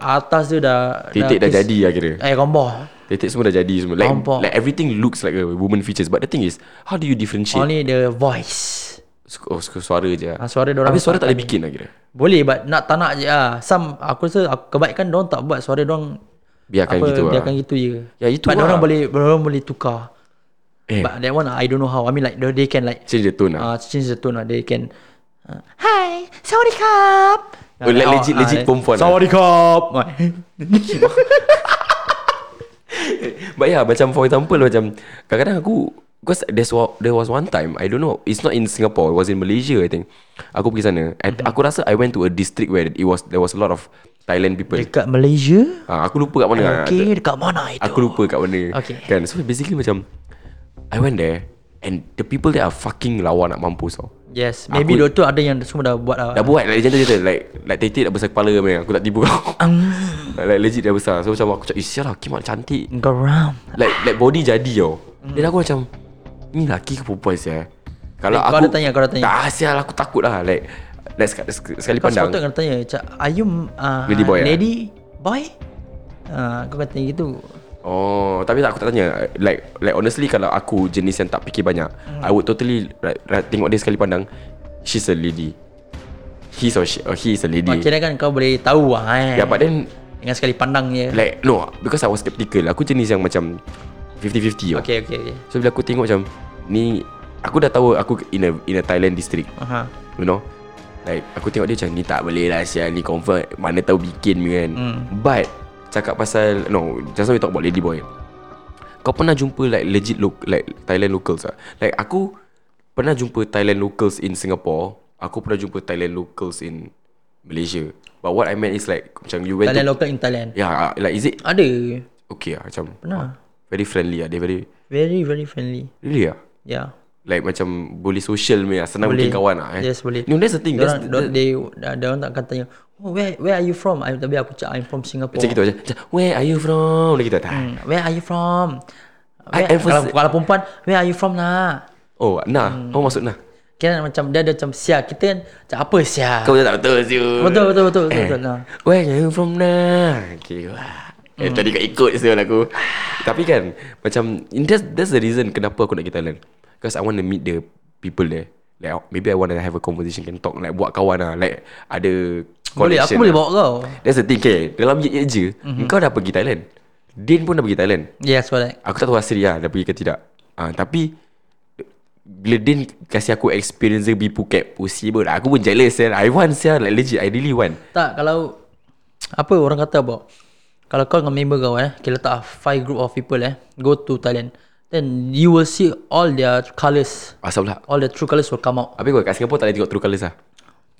Speaker 2: Atas dia dah
Speaker 1: Titik dah
Speaker 2: kes-
Speaker 1: jadi lah kira
Speaker 2: Eh kombo
Speaker 1: Tetek semua dah jadi semua like,
Speaker 2: Nampak.
Speaker 1: like everything looks like a woman features But the thing is How do you differentiate
Speaker 2: Only the voice
Speaker 1: Su- Oh su- suara je
Speaker 2: Ah, Suara diorang
Speaker 1: Habis suara tak ada bikin lah kira
Speaker 2: Boleh but nak tak nak je lah Some Aku rasa aku, Kebaikan diorang tak buat Suara diorang
Speaker 1: Biarkan
Speaker 2: apa,
Speaker 1: gitu lah
Speaker 2: Biarkan gitu je
Speaker 1: Ya, itu
Speaker 2: But
Speaker 1: lah.
Speaker 2: diorang boleh Diorang boleh tukar
Speaker 1: Eh.
Speaker 2: But that one I don't know how I mean like They can like
Speaker 1: Change the tone lah
Speaker 2: uh, change the tone lah. They can uh, Hi, sorry cup.
Speaker 1: Oh,
Speaker 2: ah, uh,
Speaker 1: like legit- legit
Speaker 2: eh.
Speaker 1: perempuan lah.
Speaker 2: Sorry cup.
Speaker 1: But yeah macam for example Macam kadang-kadang aku Because there's, wa- there was one time I don't know It's not in Singapore It was in Malaysia I think Aku pergi sana I,
Speaker 2: Mhm.
Speaker 1: Aku rasa I went to a district Where it was there was a lot of Thailand people
Speaker 2: Dekat Malaysia?
Speaker 1: Ah, Aku lupa kat mana ah,
Speaker 2: Okay, dekat mana itu?
Speaker 1: Aku lupa kat mana
Speaker 2: Okay.
Speaker 1: Kan so basically macam I went there And the people there are fucking lawa nak mampus tau
Speaker 2: Yes, maybe
Speaker 1: Aku-
Speaker 2: dia tu ada yang semua dah buat lah.
Speaker 1: Dah buat like legend legend like like titik dah besar kepala punya. Aku tak tipu kau.
Speaker 2: Ah.
Speaker 1: like legit dah besar. So macam aku cakap, "Isya lah, kimak cantik."
Speaker 2: Geram.
Speaker 1: Like like body jadi tau.
Speaker 2: Hmm.
Speaker 1: Then aku macam ni laki ke perempuan sia? Kalau
Speaker 2: Eh, kau
Speaker 1: aku
Speaker 2: ada tanya, kau ada tanya.
Speaker 1: Tak sial aku takut lah like like sekali, sekali
Speaker 2: Kau
Speaker 1: pandang.
Speaker 2: sepatutnya kena tanya, cak, are you uh,
Speaker 1: Lady boy, ah?
Speaker 2: Lady boy? Ah, kau kata gitu.
Speaker 1: Oh, tapi tak aku tak tanya. Like like honestly kalau aku jenis yang tak fikir banyak, I would totally like, like tengok dia sekali pandang. She's a lady. He's or she, or he is a lady.
Speaker 2: Maksudnya kan kau boleh tahu lah eh.
Speaker 1: Yeah, but then
Speaker 2: Dengan sekali pandang je.
Speaker 1: Like no Because I was skeptical Aku jenis yang macam 50-50 tau.
Speaker 2: Okay, okay, okay.
Speaker 1: So bila aku tengok macam Ni Aku dah tahu Aku in a, in a Thailand district
Speaker 2: Aha.
Speaker 1: You know Like aku tengok dia macam Ni tak boleh lah Sian ni confirm Mana tahu bikin ni kan
Speaker 2: Hmm.
Speaker 1: mm. But Cakap pasal No Just now we talk about lady boy Kau pernah jumpa like legit lo- Like Thailand locals lah Like aku Pernah jumpa Thailand locals in Singapore Aku pernah jumpa Thailand locals in Malaysia But what I meant is like Macam you went
Speaker 2: Thailand
Speaker 1: to
Speaker 2: local in Thailand.
Speaker 1: Yeah like is it
Speaker 2: Ada.
Speaker 1: Okay lah macam
Speaker 2: Pernah.
Speaker 1: Very friendly lah Dia very
Speaker 2: Very, very friendly. Ya.
Speaker 1: Really lah
Speaker 2: Yeah.
Speaker 1: Like macam Boleh social punya Senang boleh.
Speaker 2: Boleh.
Speaker 1: bikin kawan lah eh.
Speaker 2: Yes, boleh.
Speaker 1: no, That's the thing that's,
Speaker 2: Diorang, diorang, they, ah, diorang tak akan tanya, oh, where, where are you from? I, tapi aku cakap, I'm from Singapore.
Speaker 1: Macam gitu macam macam, Where are you from Lagi tak tak
Speaker 2: Hmm, Where are you from?
Speaker 1: I-
Speaker 2: Where,
Speaker 1: I first-
Speaker 2: kalau, kalau perempuan, where are you from lah?
Speaker 1: Oh nah
Speaker 2: Hmm.
Speaker 1: Kau maksud nah
Speaker 2: Kira macam dia ada macam sia. Kita kan macam apa sia?
Speaker 1: Kau tak betul siu
Speaker 2: Betul, betul, betul,
Speaker 1: Eh,
Speaker 2: betul, betul. Nah.
Speaker 1: Where are you from nah Okay wah Eh
Speaker 2: Hmm.
Speaker 1: tadi kau ikut siul aku Tapi kan Macam in- that's, that's the reason Kenapa aku nak kita Thailand Because I want to meet the People there Like maybe I want to have a conversation Can talk Like buat kawan lah Like ada
Speaker 2: Boleh, aku
Speaker 1: connection
Speaker 2: boleh Mhm.
Speaker 1: lah.
Speaker 2: bawa kau.
Speaker 1: That's the thing okay. Dalam ye-ye je mm-hmm. Kau dah pergi Thailand Din pun dah pergi Thailand
Speaker 2: Yes, correct.
Speaker 1: Aku tak tahu Asri lah Dah pergi ke tidak ha, Tapi Bila Din Kasih aku experience dia Pergi Phuket Possible lah Aku pun jealous kan I want sia Like legit I really want
Speaker 2: Tak, kalau... Apa orang kata about... Kalau kau dengan member kau eh, kita letak five group of people eh, go to Thailand. Then you will see all their colours.
Speaker 1: Asal pula
Speaker 2: All the true colours will come out.
Speaker 1: Habis kau kat Singapore Tak ada tengok true colours lah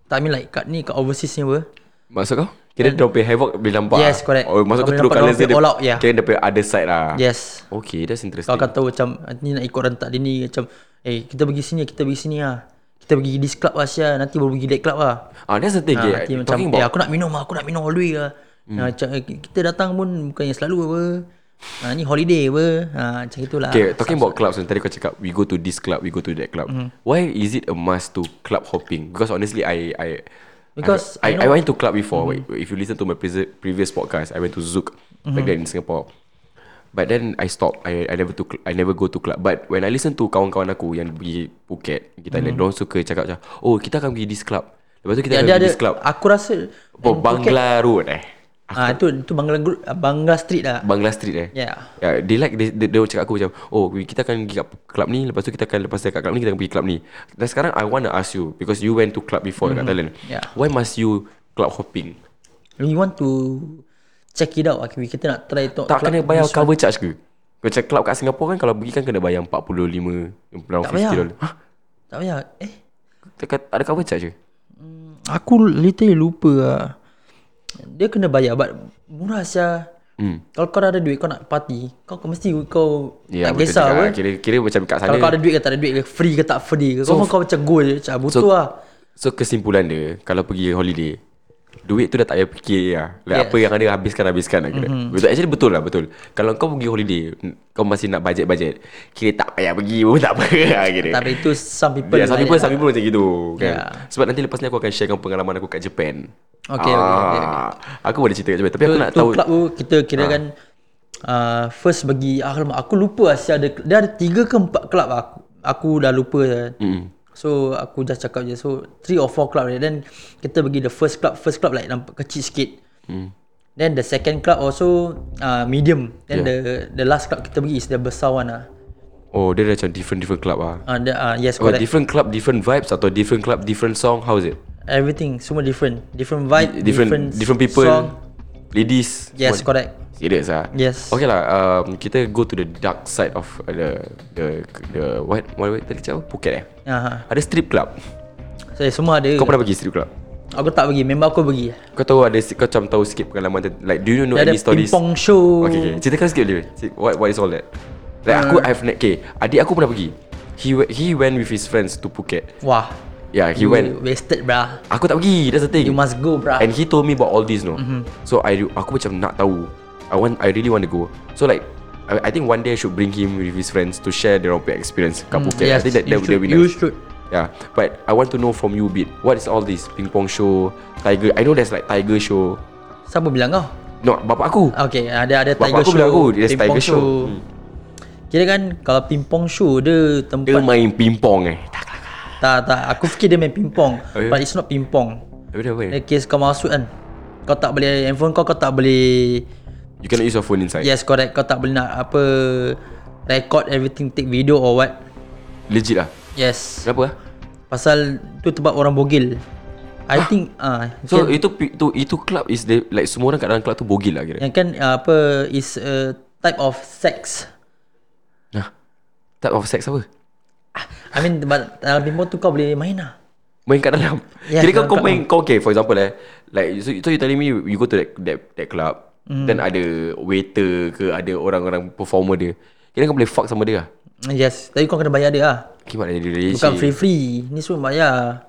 Speaker 2: Tak I mean like kat ni, kat overseas ni apa.
Speaker 1: Maksud kau? Kira dia punya havoc Boleh nampak lah.
Speaker 2: Yes, correct.
Speaker 1: oh, Maksud
Speaker 2: Kau
Speaker 1: kau
Speaker 2: boleh
Speaker 1: true
Speaker 2: nampak
Speaker 1: colours
Speaker 2: dia
Speaker 1: dia
Speaker 2: all out, yeah.
Speaker 1: Kira dia punya other side lah
Speaker 2: Yes.
Speaker 1: Okay that's interesting
Speaker 2: Kau akan tahu macam Ni nak ikut rentak dia ni Macam Eh kita pergi sini Kita pergi sini lah Kita pergi this club lah Syah Nanti baru pergi that club lah
Speaker 1: Ah, that's the thing
Speaker 2: ha,
Speaker 1: okay.
Speaker 2: Nanti macam
Speaker 1: Talking about
Speaker 2: Eh
Speaker 1: Hmm.
Speaker 2: aku nak minum lah Aku nak minum all the way lah ha, macam, eh, Kita datang pun Bukannya selalu apa ha, Ni holiday apa ha, Macam itulah
Speaker 1: Okay, talking about clubs and tadi kau cakap we go to this club, we go to that club. Ah, Mm-hmm. Why is it a must to club hopping? Because honestly, I I
Speaker 2: Because
Speaker 1: I, I,
Speaker 2: I
Speaker 1: I went to club before. Mm-hmm. If you listen to my previous previous podcast, I went to Zouk mm-hmm. back then in Singapore. But then I stopped. I I never to cl- I never go to club. But when I listen to kawan-kawan aku yang pergi Phuket, kita mm-hmm. Diorang suka cakap macam, oh kita akan pergi this club. Lepas tu kita
Speaker 2: Dia
Speaker 1: akan
Speaker 2: ada,
Speaker 1: pergi
Speaker 2: ada
Speaker 1: this club.
Speaker 2: Aku rasa
Speaker 1: Oh, Bangla Road eh.
Speaker 2: ha, Itu itu Bangla, group- Bangla street lah
Speaker 1: Bangla Street eh.
Speaker 2: Yeah
Speaker 1: Yeah, they like they, they, they cakap aku macam Oh we- kita akan pergi kat club ni Lepas tu kita akan Lepas dekat club ni Kita akan pergi club ni Dan sekarang I want to ask you Because you went to club before mm-hmm. Kat Thailand
Speaker 2: Yeah.
Speaker 1: Why must you Club hopping
Speaker 2: We want to Check it out okay, Kita nak try tengok
Speaker 1: Tak
Speaker 2: club
Speaker 1: kena bayar
Speaker 2: this
Speaker 1: cover charge ke Macam club kat Singapore kan Kalau pergi kan kena bayar 45 Around
Speaker 2: Tak bayar.
Speaker 1: 50 dollar Hah?
Speaker 2: Tak payah Eh
Speaker 1: Tak kat- Ada cover charge ke
Speaker 2: Aku literally lupa lah. Dia kena bayar but murah sia.
Speaker 1: Hmm.
Speaker 2: Kalau kau dah ada duit kau nak party, kau, kau mesti kau
Speaker 1: Ya
Speaker 2: tak
Speaker 1: betul
Speaker 2: kisah
Speaker 1: juga
Speaker 2: apa.
Speaker 1: lah. Kira, kira macam kat sana
Speaker 2: Kalau kau ada duit ke tak ada duit ke, free ke tak free ke. Kau so, kau macam goal je, macam butuh
Speaker 1: so-
Speaker 2: lah.
Speaker 1: So kesimpulan dia Kalau pergi holiday Duit tu dah tak payah fikir lah like,
Speaker 2: Yes. Mhm.
Speaker 1: Apa yang ada habiskan-habiskan lah kira mm-hmm. betul, Actually betul lah betul Kalau kau pergi holiday Kau masih nak budget-budget Kira tak payah pergi pun tak apa lah kira
Speaker 2: Tapi itu some people.
Speaker 1: Ya, some
Speaker 2: like
Speaker 1: people,
Speaker 2: that
Speaker 1: some people macam gitu kan.
Speaker 2: Yeah.
Speaker 1: Sebab nanti lepas ni aku akan sharekan pengalaman aku kat Japan Ah,
Speaker 2: Okay, okay, okay, okay.
Speaker 1: Aku boleh cerita kat Japan Tapi aku
Speaker 2: lah.
Speaker 1: nak
Speaker 2: Tu, tu
Speaker 1: tahu Ah.
Speaker 2: club tu kita kira kan uh, first bagi alamak, aku lupa lah sia ada dia ada 3 ke 4 club lah. aku. Aku dah lupa. Mm. So aku just cakap je so 3 or 4 club dia. then kita pergi the first club first club like nampak kecil sikit. Mm. Then the second club also uh, medium. Then yeah. the the last club kita pergi is the besar one lah.
Speaker 1: Oh dia dah macam different-different club lah
Speaker 2: Uh, the, uh, yes
Speaker 1: oh,
Speaker 2: correct.
Speaker 1: Different club, different vibes Atau different club, different song How is it?
Speaker 2: Everything semua different. Different vibe,
Speaker 1: Different different, people
Speaker 2: song.
Speaker 1: Ladies
Speaker 2: Yes
Speaker 1: Semua-
Speaker 2: correct.
Speaker 1: Serious ah.
Speaker 2: Yes.
Speaker 1: Okay lah. Um, kita go to the dark side of uh, the the the what what what tadi cakap apa? Phuket eh.
Speaker 2: Aha.
Speaker 1: Ada strip club.
Speaker 2: So semua ada.
Speaker 1: Kau pernah pergi strip club?
Speaker 2: Aku tak pergi, member aku pergi.
Speaker 1: Kau tahu ada kau macam tahu sikit pengalaman ter- like do you know
Speaker 2: Dia ada
Speaker 1: any stories?
Speaker 2: pingpong show.
Speaker 1: Okay, okay. Ceritakan sikit dulu. Si- What what is all that? Like
Speaker 2: Hmm.
Speaker 1: aku I've ne- okay, adik aku pernah pergi. He we- he went with his friends to Phuket.
Speaker 2: Wah.
Speaker 1: Yeah, he
Speaker 2: you
Speaker 1: went.
Speaker 2: wasted brah.
Speaker 1: Aku tak pergi, that's the thing.
Speaker 2: You must go brah.
Speaker 1: And he told me about all this no. Mm-hmm. So I aku macam nak tahu. I want I really want to go. So like I, I think one day I should bring him with his friends to share their own experience kat Phuket. I think that
Speaker 2: Mm.
Speaker 1: that
Speaker 2: Hmm, you should,
Speaker 1: will be
Speaker 2: you
Speaker 1: nice.
Speaker 2: should.
Speaker 1: Yeah, but I want to know from you a bit. What is all this ping pong show, tiger? I know there's like tiger show.
Speaker 2: Siapa bilang kau?
Speaker 1: No, bapak aku.
Speaker 2: Okay, ada ada
Speaker 1: Bapak
Speaker 2: tiger
Speaker 1: aku
Speaker 2: show.
Speaker 1: bilang aku, there's
Speaker 2: ping pong
Speaker 1: tiger show. Hmm.
Speaker 2: Kira kan kalau pingpong show dia
Speaker 1: Dia
Speaker 2: tempat
Speaker 1: main ping pong eh.
Speaker 2: tak tak aku fikir dia main pingpong
Speaker 1: Oh, ya?
Speaker 2: but it's not pingpong.
Speaker 1: Tapi dia apa? eh?
Speaker 2: Dia case kau masuk kan. Kau tak boleh handphone kau kau tak boleh
Speaker 1: You cannot use your phone inside.
Speaker 2: yes correct kau tak boleh nak apa record everything take video or what.
Speaker 1: Legit lah.
Speaker 2: Yes.
Speaker 1: Kenapa? ah?
Speaker 2: Pasal tu tempat orang bogil. I think ah uh,
Speaker 1: So itu pi- itu itu club is the, like semua orang kat dalam club tu bogil lah kira.
Speaker 2: Yang kan uh, apa is a type of sex.
Speaker 1: Nah. Type of sex apa?
Speaker 2: I mean but dalam bimbang tu kau boleh main lah.
Speaker 1: Main kat dalam yeah,
Speaker 2: Yeah,
Speaker 1: Kira
Speaker 2: Ya, dalam
Speaker 1: kau, kau
Speaker 2: club
Speaker 1: main Kau okay for example eh Like so, so you telling me You go to that That, that
Speaker 2: Hmm.
Speaker 1: club mm. Then ada waiter ke Ada orang-orang performer dia Kira kau boleh fuck sama dia lah
Speaker 2: Yes, tapi kau kena bayar dia lah.
Speaker 1: Kibat dari Malaysia
Speaker 2: Bukan free-free. Ni semua bayar.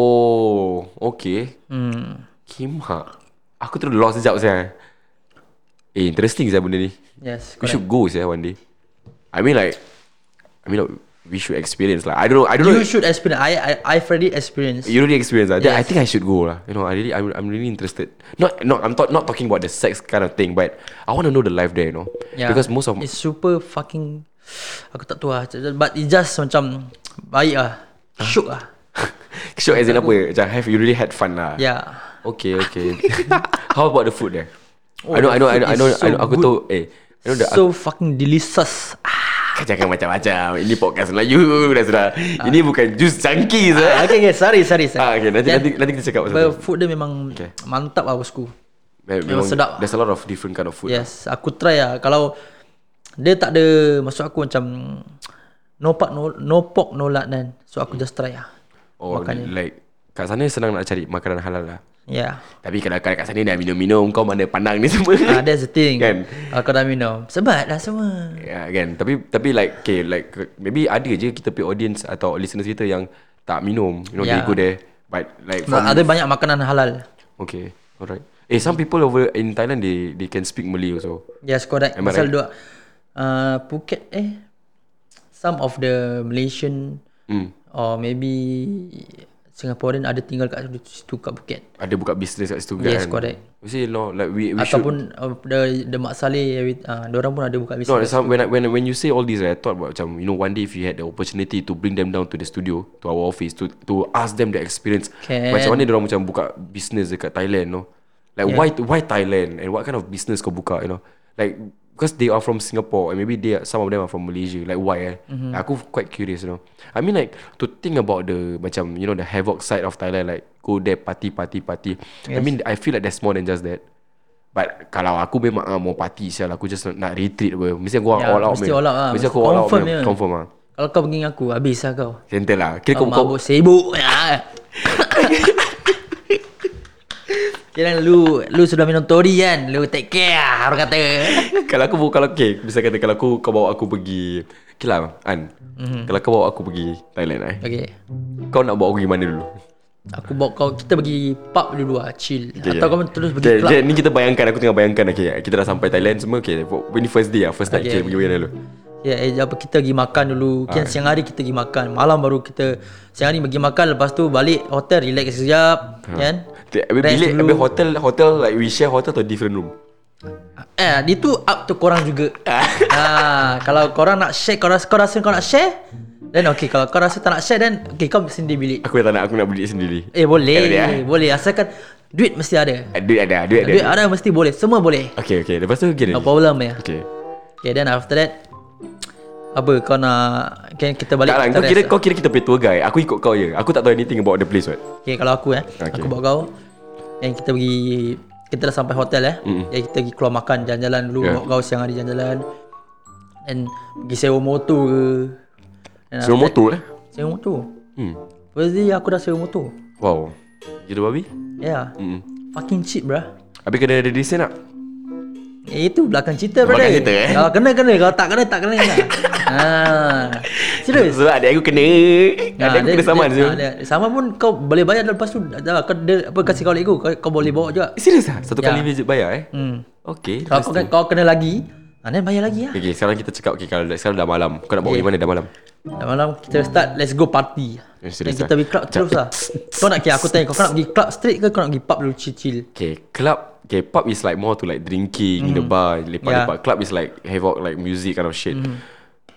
Speaker 1: Oh Okay
Speaker 2: Hmm.
Speaker 1: Kimak Aku terus lost sekejap saya. Eh interesting saya benda ni
Speaker 2: Yes.
Speaker 1: We should go saya one day I mean like I mean like We should experience lah I don't know I don't know
Speaker 2: You should experience. I I I've already experienced.
Speaker 1: You already experienced that. lah. I think I should go lah. You know, I really, I'm, I'm really interested. Not, not, I'm not, not talking about the sex kind of thing, but I want to know the life there. You know, because most of
Speaker 2: It's super fucking Aku tak tahu lah But it just macam Baik lah Syuk lah
Speaker 1: sure as in apa, macam have you really had fun lah.
Speaker 2: Yeah
Speaker 1: Okay, okay. How about the food there?
Speaker 2: Oh,
Speaker 1: I know, I know, I know, I know, I know. Aku tahu. Eh, I know the. So,
Speaker 2: So fucking delicious ah,
Speaker 1: jangan macam-macam. Ini podcast Melayu dah sudah.
Speaker 2: Ah.
Speaker 1: Ini bukan jus cangki sah.
Speaker 2: Okay okay sorry sorry, sorry.
Speaker 1: Ah, okay, nanti,
Speaker 2: Then,
Speaker 1: nanti, nanti kita cakap pasal
Speaker 2: but
Speaker 1: tu.
Speaker 2: Food dia memang Mantap lah bosku
Speaker 1: Memang
Speaker 2: sedap.
Speaker 1: There's a lot of different kind of food.
Speaker 2: Yes Aku try lah Kalau Dia tak ada Maksud aku macam No pork no, no pork no lard kan So
Speaker 1: Hmm.
Speaker 2: aku just try lah
Speaker 1: Oh, like kat sana senang nak cari makanan halal lah.
Speaker 2: Yeah
Speaker 1: Tapi kalau kau kat sana dah minum-minum Kau mana pandang ni semua
Speaker 2: ah, That's the thing
Speaker 1: Kan?
Speaker 2: Aku dah minum Sebat lah semua
Speaker 1: Ya kan Tapi tapi like Okay like Maybe ada je kita punya audience Atau listeners kita yang Tak minum You know yeah. they
Speaker 2: Yeah.
Speaker 1: go there But like from,
Speaker 2: Ada banyak makanan halal
Speaker 1: Okay Alright Eh some people over in Thailand They they can speak Malay also
Speaker 2: Yes, correct.
Speaker 1: Am I
Speaker 2: Pasal dua uh, Phuket eh some of the Malaysian
Speaker 1: Hmm
Speaker 2: or maybe Singaporean ada tinggal kat situ kat Phuket.
Speaker 1: Ada buka business kat situ kan
Speaker 2: Yes, correct.
Speaker 1: We say no Like we, we should
Speaker 2: Ataupun uh, the the Mak Saleh uh, orang pun ada buka
Speaker 1: No,
Speaker 2: bisnes.
Speaker 1: some, when, I, when when you say all this, right, I thought about macam you know one day if you had the opportunity to bring them down to the studio, to our office, to to ask them the experience.
Speaker 2: Can.
Speaker 1: Macam mana orang macam buka business dekat Thailand, no? Like yeah. why why Thailand and what kind of business kau buka, you know? Like because they are from Singapore and maybe they are, some of them are from Malaysia. Like why? Eh? Mm-hmm. Aku quite curious, you know. I mean like to think about the macam you know the havoc side of Thailand, like go there party party party. Yes. I mean I feel like there's more than just that. But kalau aku memang ah, mau party sial aku just nak, nak retreat apa. Mesti aku
Speaker 2: Ya,
Speaker 1: yeah, all out.
Speaker 2: mesti
Speaker 1: man.
Speaker 2: all out lah.
Speaker 1: Mesti aku
Speaker 2: Mesti
Speaker 1: all out.
Speaker 2: confirm
Speaker 1: man.
Speaker 2: punya.
Speaker 1: Confirm ah.
Speaker 2: Kalau kau pergi dengan aku habis lah kau.
Speaker 1: Gentle lah. Kira
Speaker 2: Kau
Speaker 1: kau kau
Speaker 2: mabuk sibuk. Ya. Kira lu lu sudah minum tori kan. Lu take care lah, orang kata.
Speaker 1: kalau aku kalau okay, bisa kata kalau aku kau bawa aku pergi Okay lah An
Speaker 2: Mhm.
Speaker 1: mm-hmm. Kalau kau bawa aku pergi Thailand eh
Speaker 2: Okay.
Speaker 1: Kau nak bawa aku pergi mana dulu?
Speaker 2: Aku bawa kau Kita pergi pub dulu lah Chill okay,
Speaker 1: Okay,
Speaker 2: Atau
Speaker 1: yeah.
Speaker 2: kau terus pergi
Speaker 1: Okay,
Speaker 2: club
Speaker 1: okay, ni kita bayangkan Aku tengah bayangkan okay, Kita dah sampai Thailand semua okay, Ini first day lah First night okay,
Speaker 2: Okay.
Speaker 1: okay, pergi mana dulu?
Speaker 2: Ya eh, apa kita pergi makan dulu Kan siang hari kita pergi makan Malam baru kita Siang hari pergi makan Lepas tu balik hotel Relax sekejap Kan
Speaker 1: Okay, Habis
Speaker 2: Rest
Speaker 1: bilik
Speaker 2: dulu.
Speaker 1: Habis hotel Hotel like we share hotel Atau different room
Speaker 2: Eh itu up to korang juga ha, Kalau korang nak share Kau rasa, kau rasa kau nak share Then okay Kalau kau rasa tak nak share Then okay kau sendiri bilik
Speaker 1: Aku tak nak Aku nak bilik sendiri
Speaker 2: Eh boleh
Speaker 1: Eh, boleh, eh?
Speaker 2: Boleh Asalkan Duit mesti ada
Speaker 1: Eh, Duit ada Duit ada
Speaker 2: Duit ada mesti boleh Semua boleh
Speaker 1: Okay okay Lepas tu gini
Speaker 2: No problem ya
Speaker 1: Okay
Speaker 2: Okay then after that Apa kau nak Kan kita balik
Speaker 1: Tak lah,
Speaker 2: kita
Speaker 1: kau
Speaker 2: rest
Speaker 1: kira
Speaker 2: lah.
Speaker 1: kau kira kita punya tour guide. Aku ikut kau je. Aku tak tahu anything about the place, what.
Speaker 2: Okay kalau aku eh
Speaker 1: Okay.
Speaker 2: okay. Aku bawa kau Yang kita pergi Kita dah sampai hotel eh mm. Yang kita pergi keluar makan Jalan-jalan dulu
Speaker 1: Yeah.
Speaker 2: yeah. Bawa kau siang hari jalan-jalan And Pergi sewa motor ke Dan
Speaker 1: Sewa
Speaker 2: after
Speaker 1: motor eh.
Speaker 2: that- Sewa motor
Speaker 1: Hmm.
Speaker 2: First day aku dah sewa motor
Speaker 1: Wow. Gila babi.
Speaker 2: Yeah mm.
Speaker 1: Hmm.
Speaker 2: Fucking cheap bruh
Speaker 1: Habis kena ada desain tak?
Speaker 2: Eh itu belakang cerita
Speaker 1: Belakang
Speaker 2: brother
Speaker 1: cerita, eh?
Speaker 2: Kalau kena kena Kalau tak kena tak kena lah. ah. Serius
Speaker 1: Sebab adik aku kena. adik aku kena saman tu.
Speaker 2: Ah, dia, dia, Sama pun kau boleh bayar dah lepas tu dah, dah, kau, dia, apa, Kasih kau lego kau, kau boleh bawa juga
Speaker 1: Serius lah? Satu
Speaker 2: Ya.
Speaker 1: kali visit bayar eh?
Speaker 2: Hmm.
Speaker 1: Okay.
Speaker 2: Kalau kau, kau kena lagi ah, Then bayar lagi lah
Speaker 1: Okay, sekarang kita cakap okay, kalau sekarang dah malam. Kau nak bawa pergi
Speaker 2: Okay.
Speaker 1: mana dah malam?
Speaker 2: Dah malam kita start Let's go party
Speaker 1: Eh,
Speaker 2: Then
Speaker 1: serius
Speaker 2: kita
Speaker 1: ah?
Speaker 2: pergi club terus lah Kau nak okay, aku tanya Kau kau nak pergi club straight ke Kau nak pergi pub dulu chill-chill
Speaker 1: Okay, club. Okay, pub is like more to like drinking,
Speaker 2: Hmm.
Speaker 1: the bar, lepak-lepak. Club is like havoc, like music kind of shit.
Speaker 2: Hmm.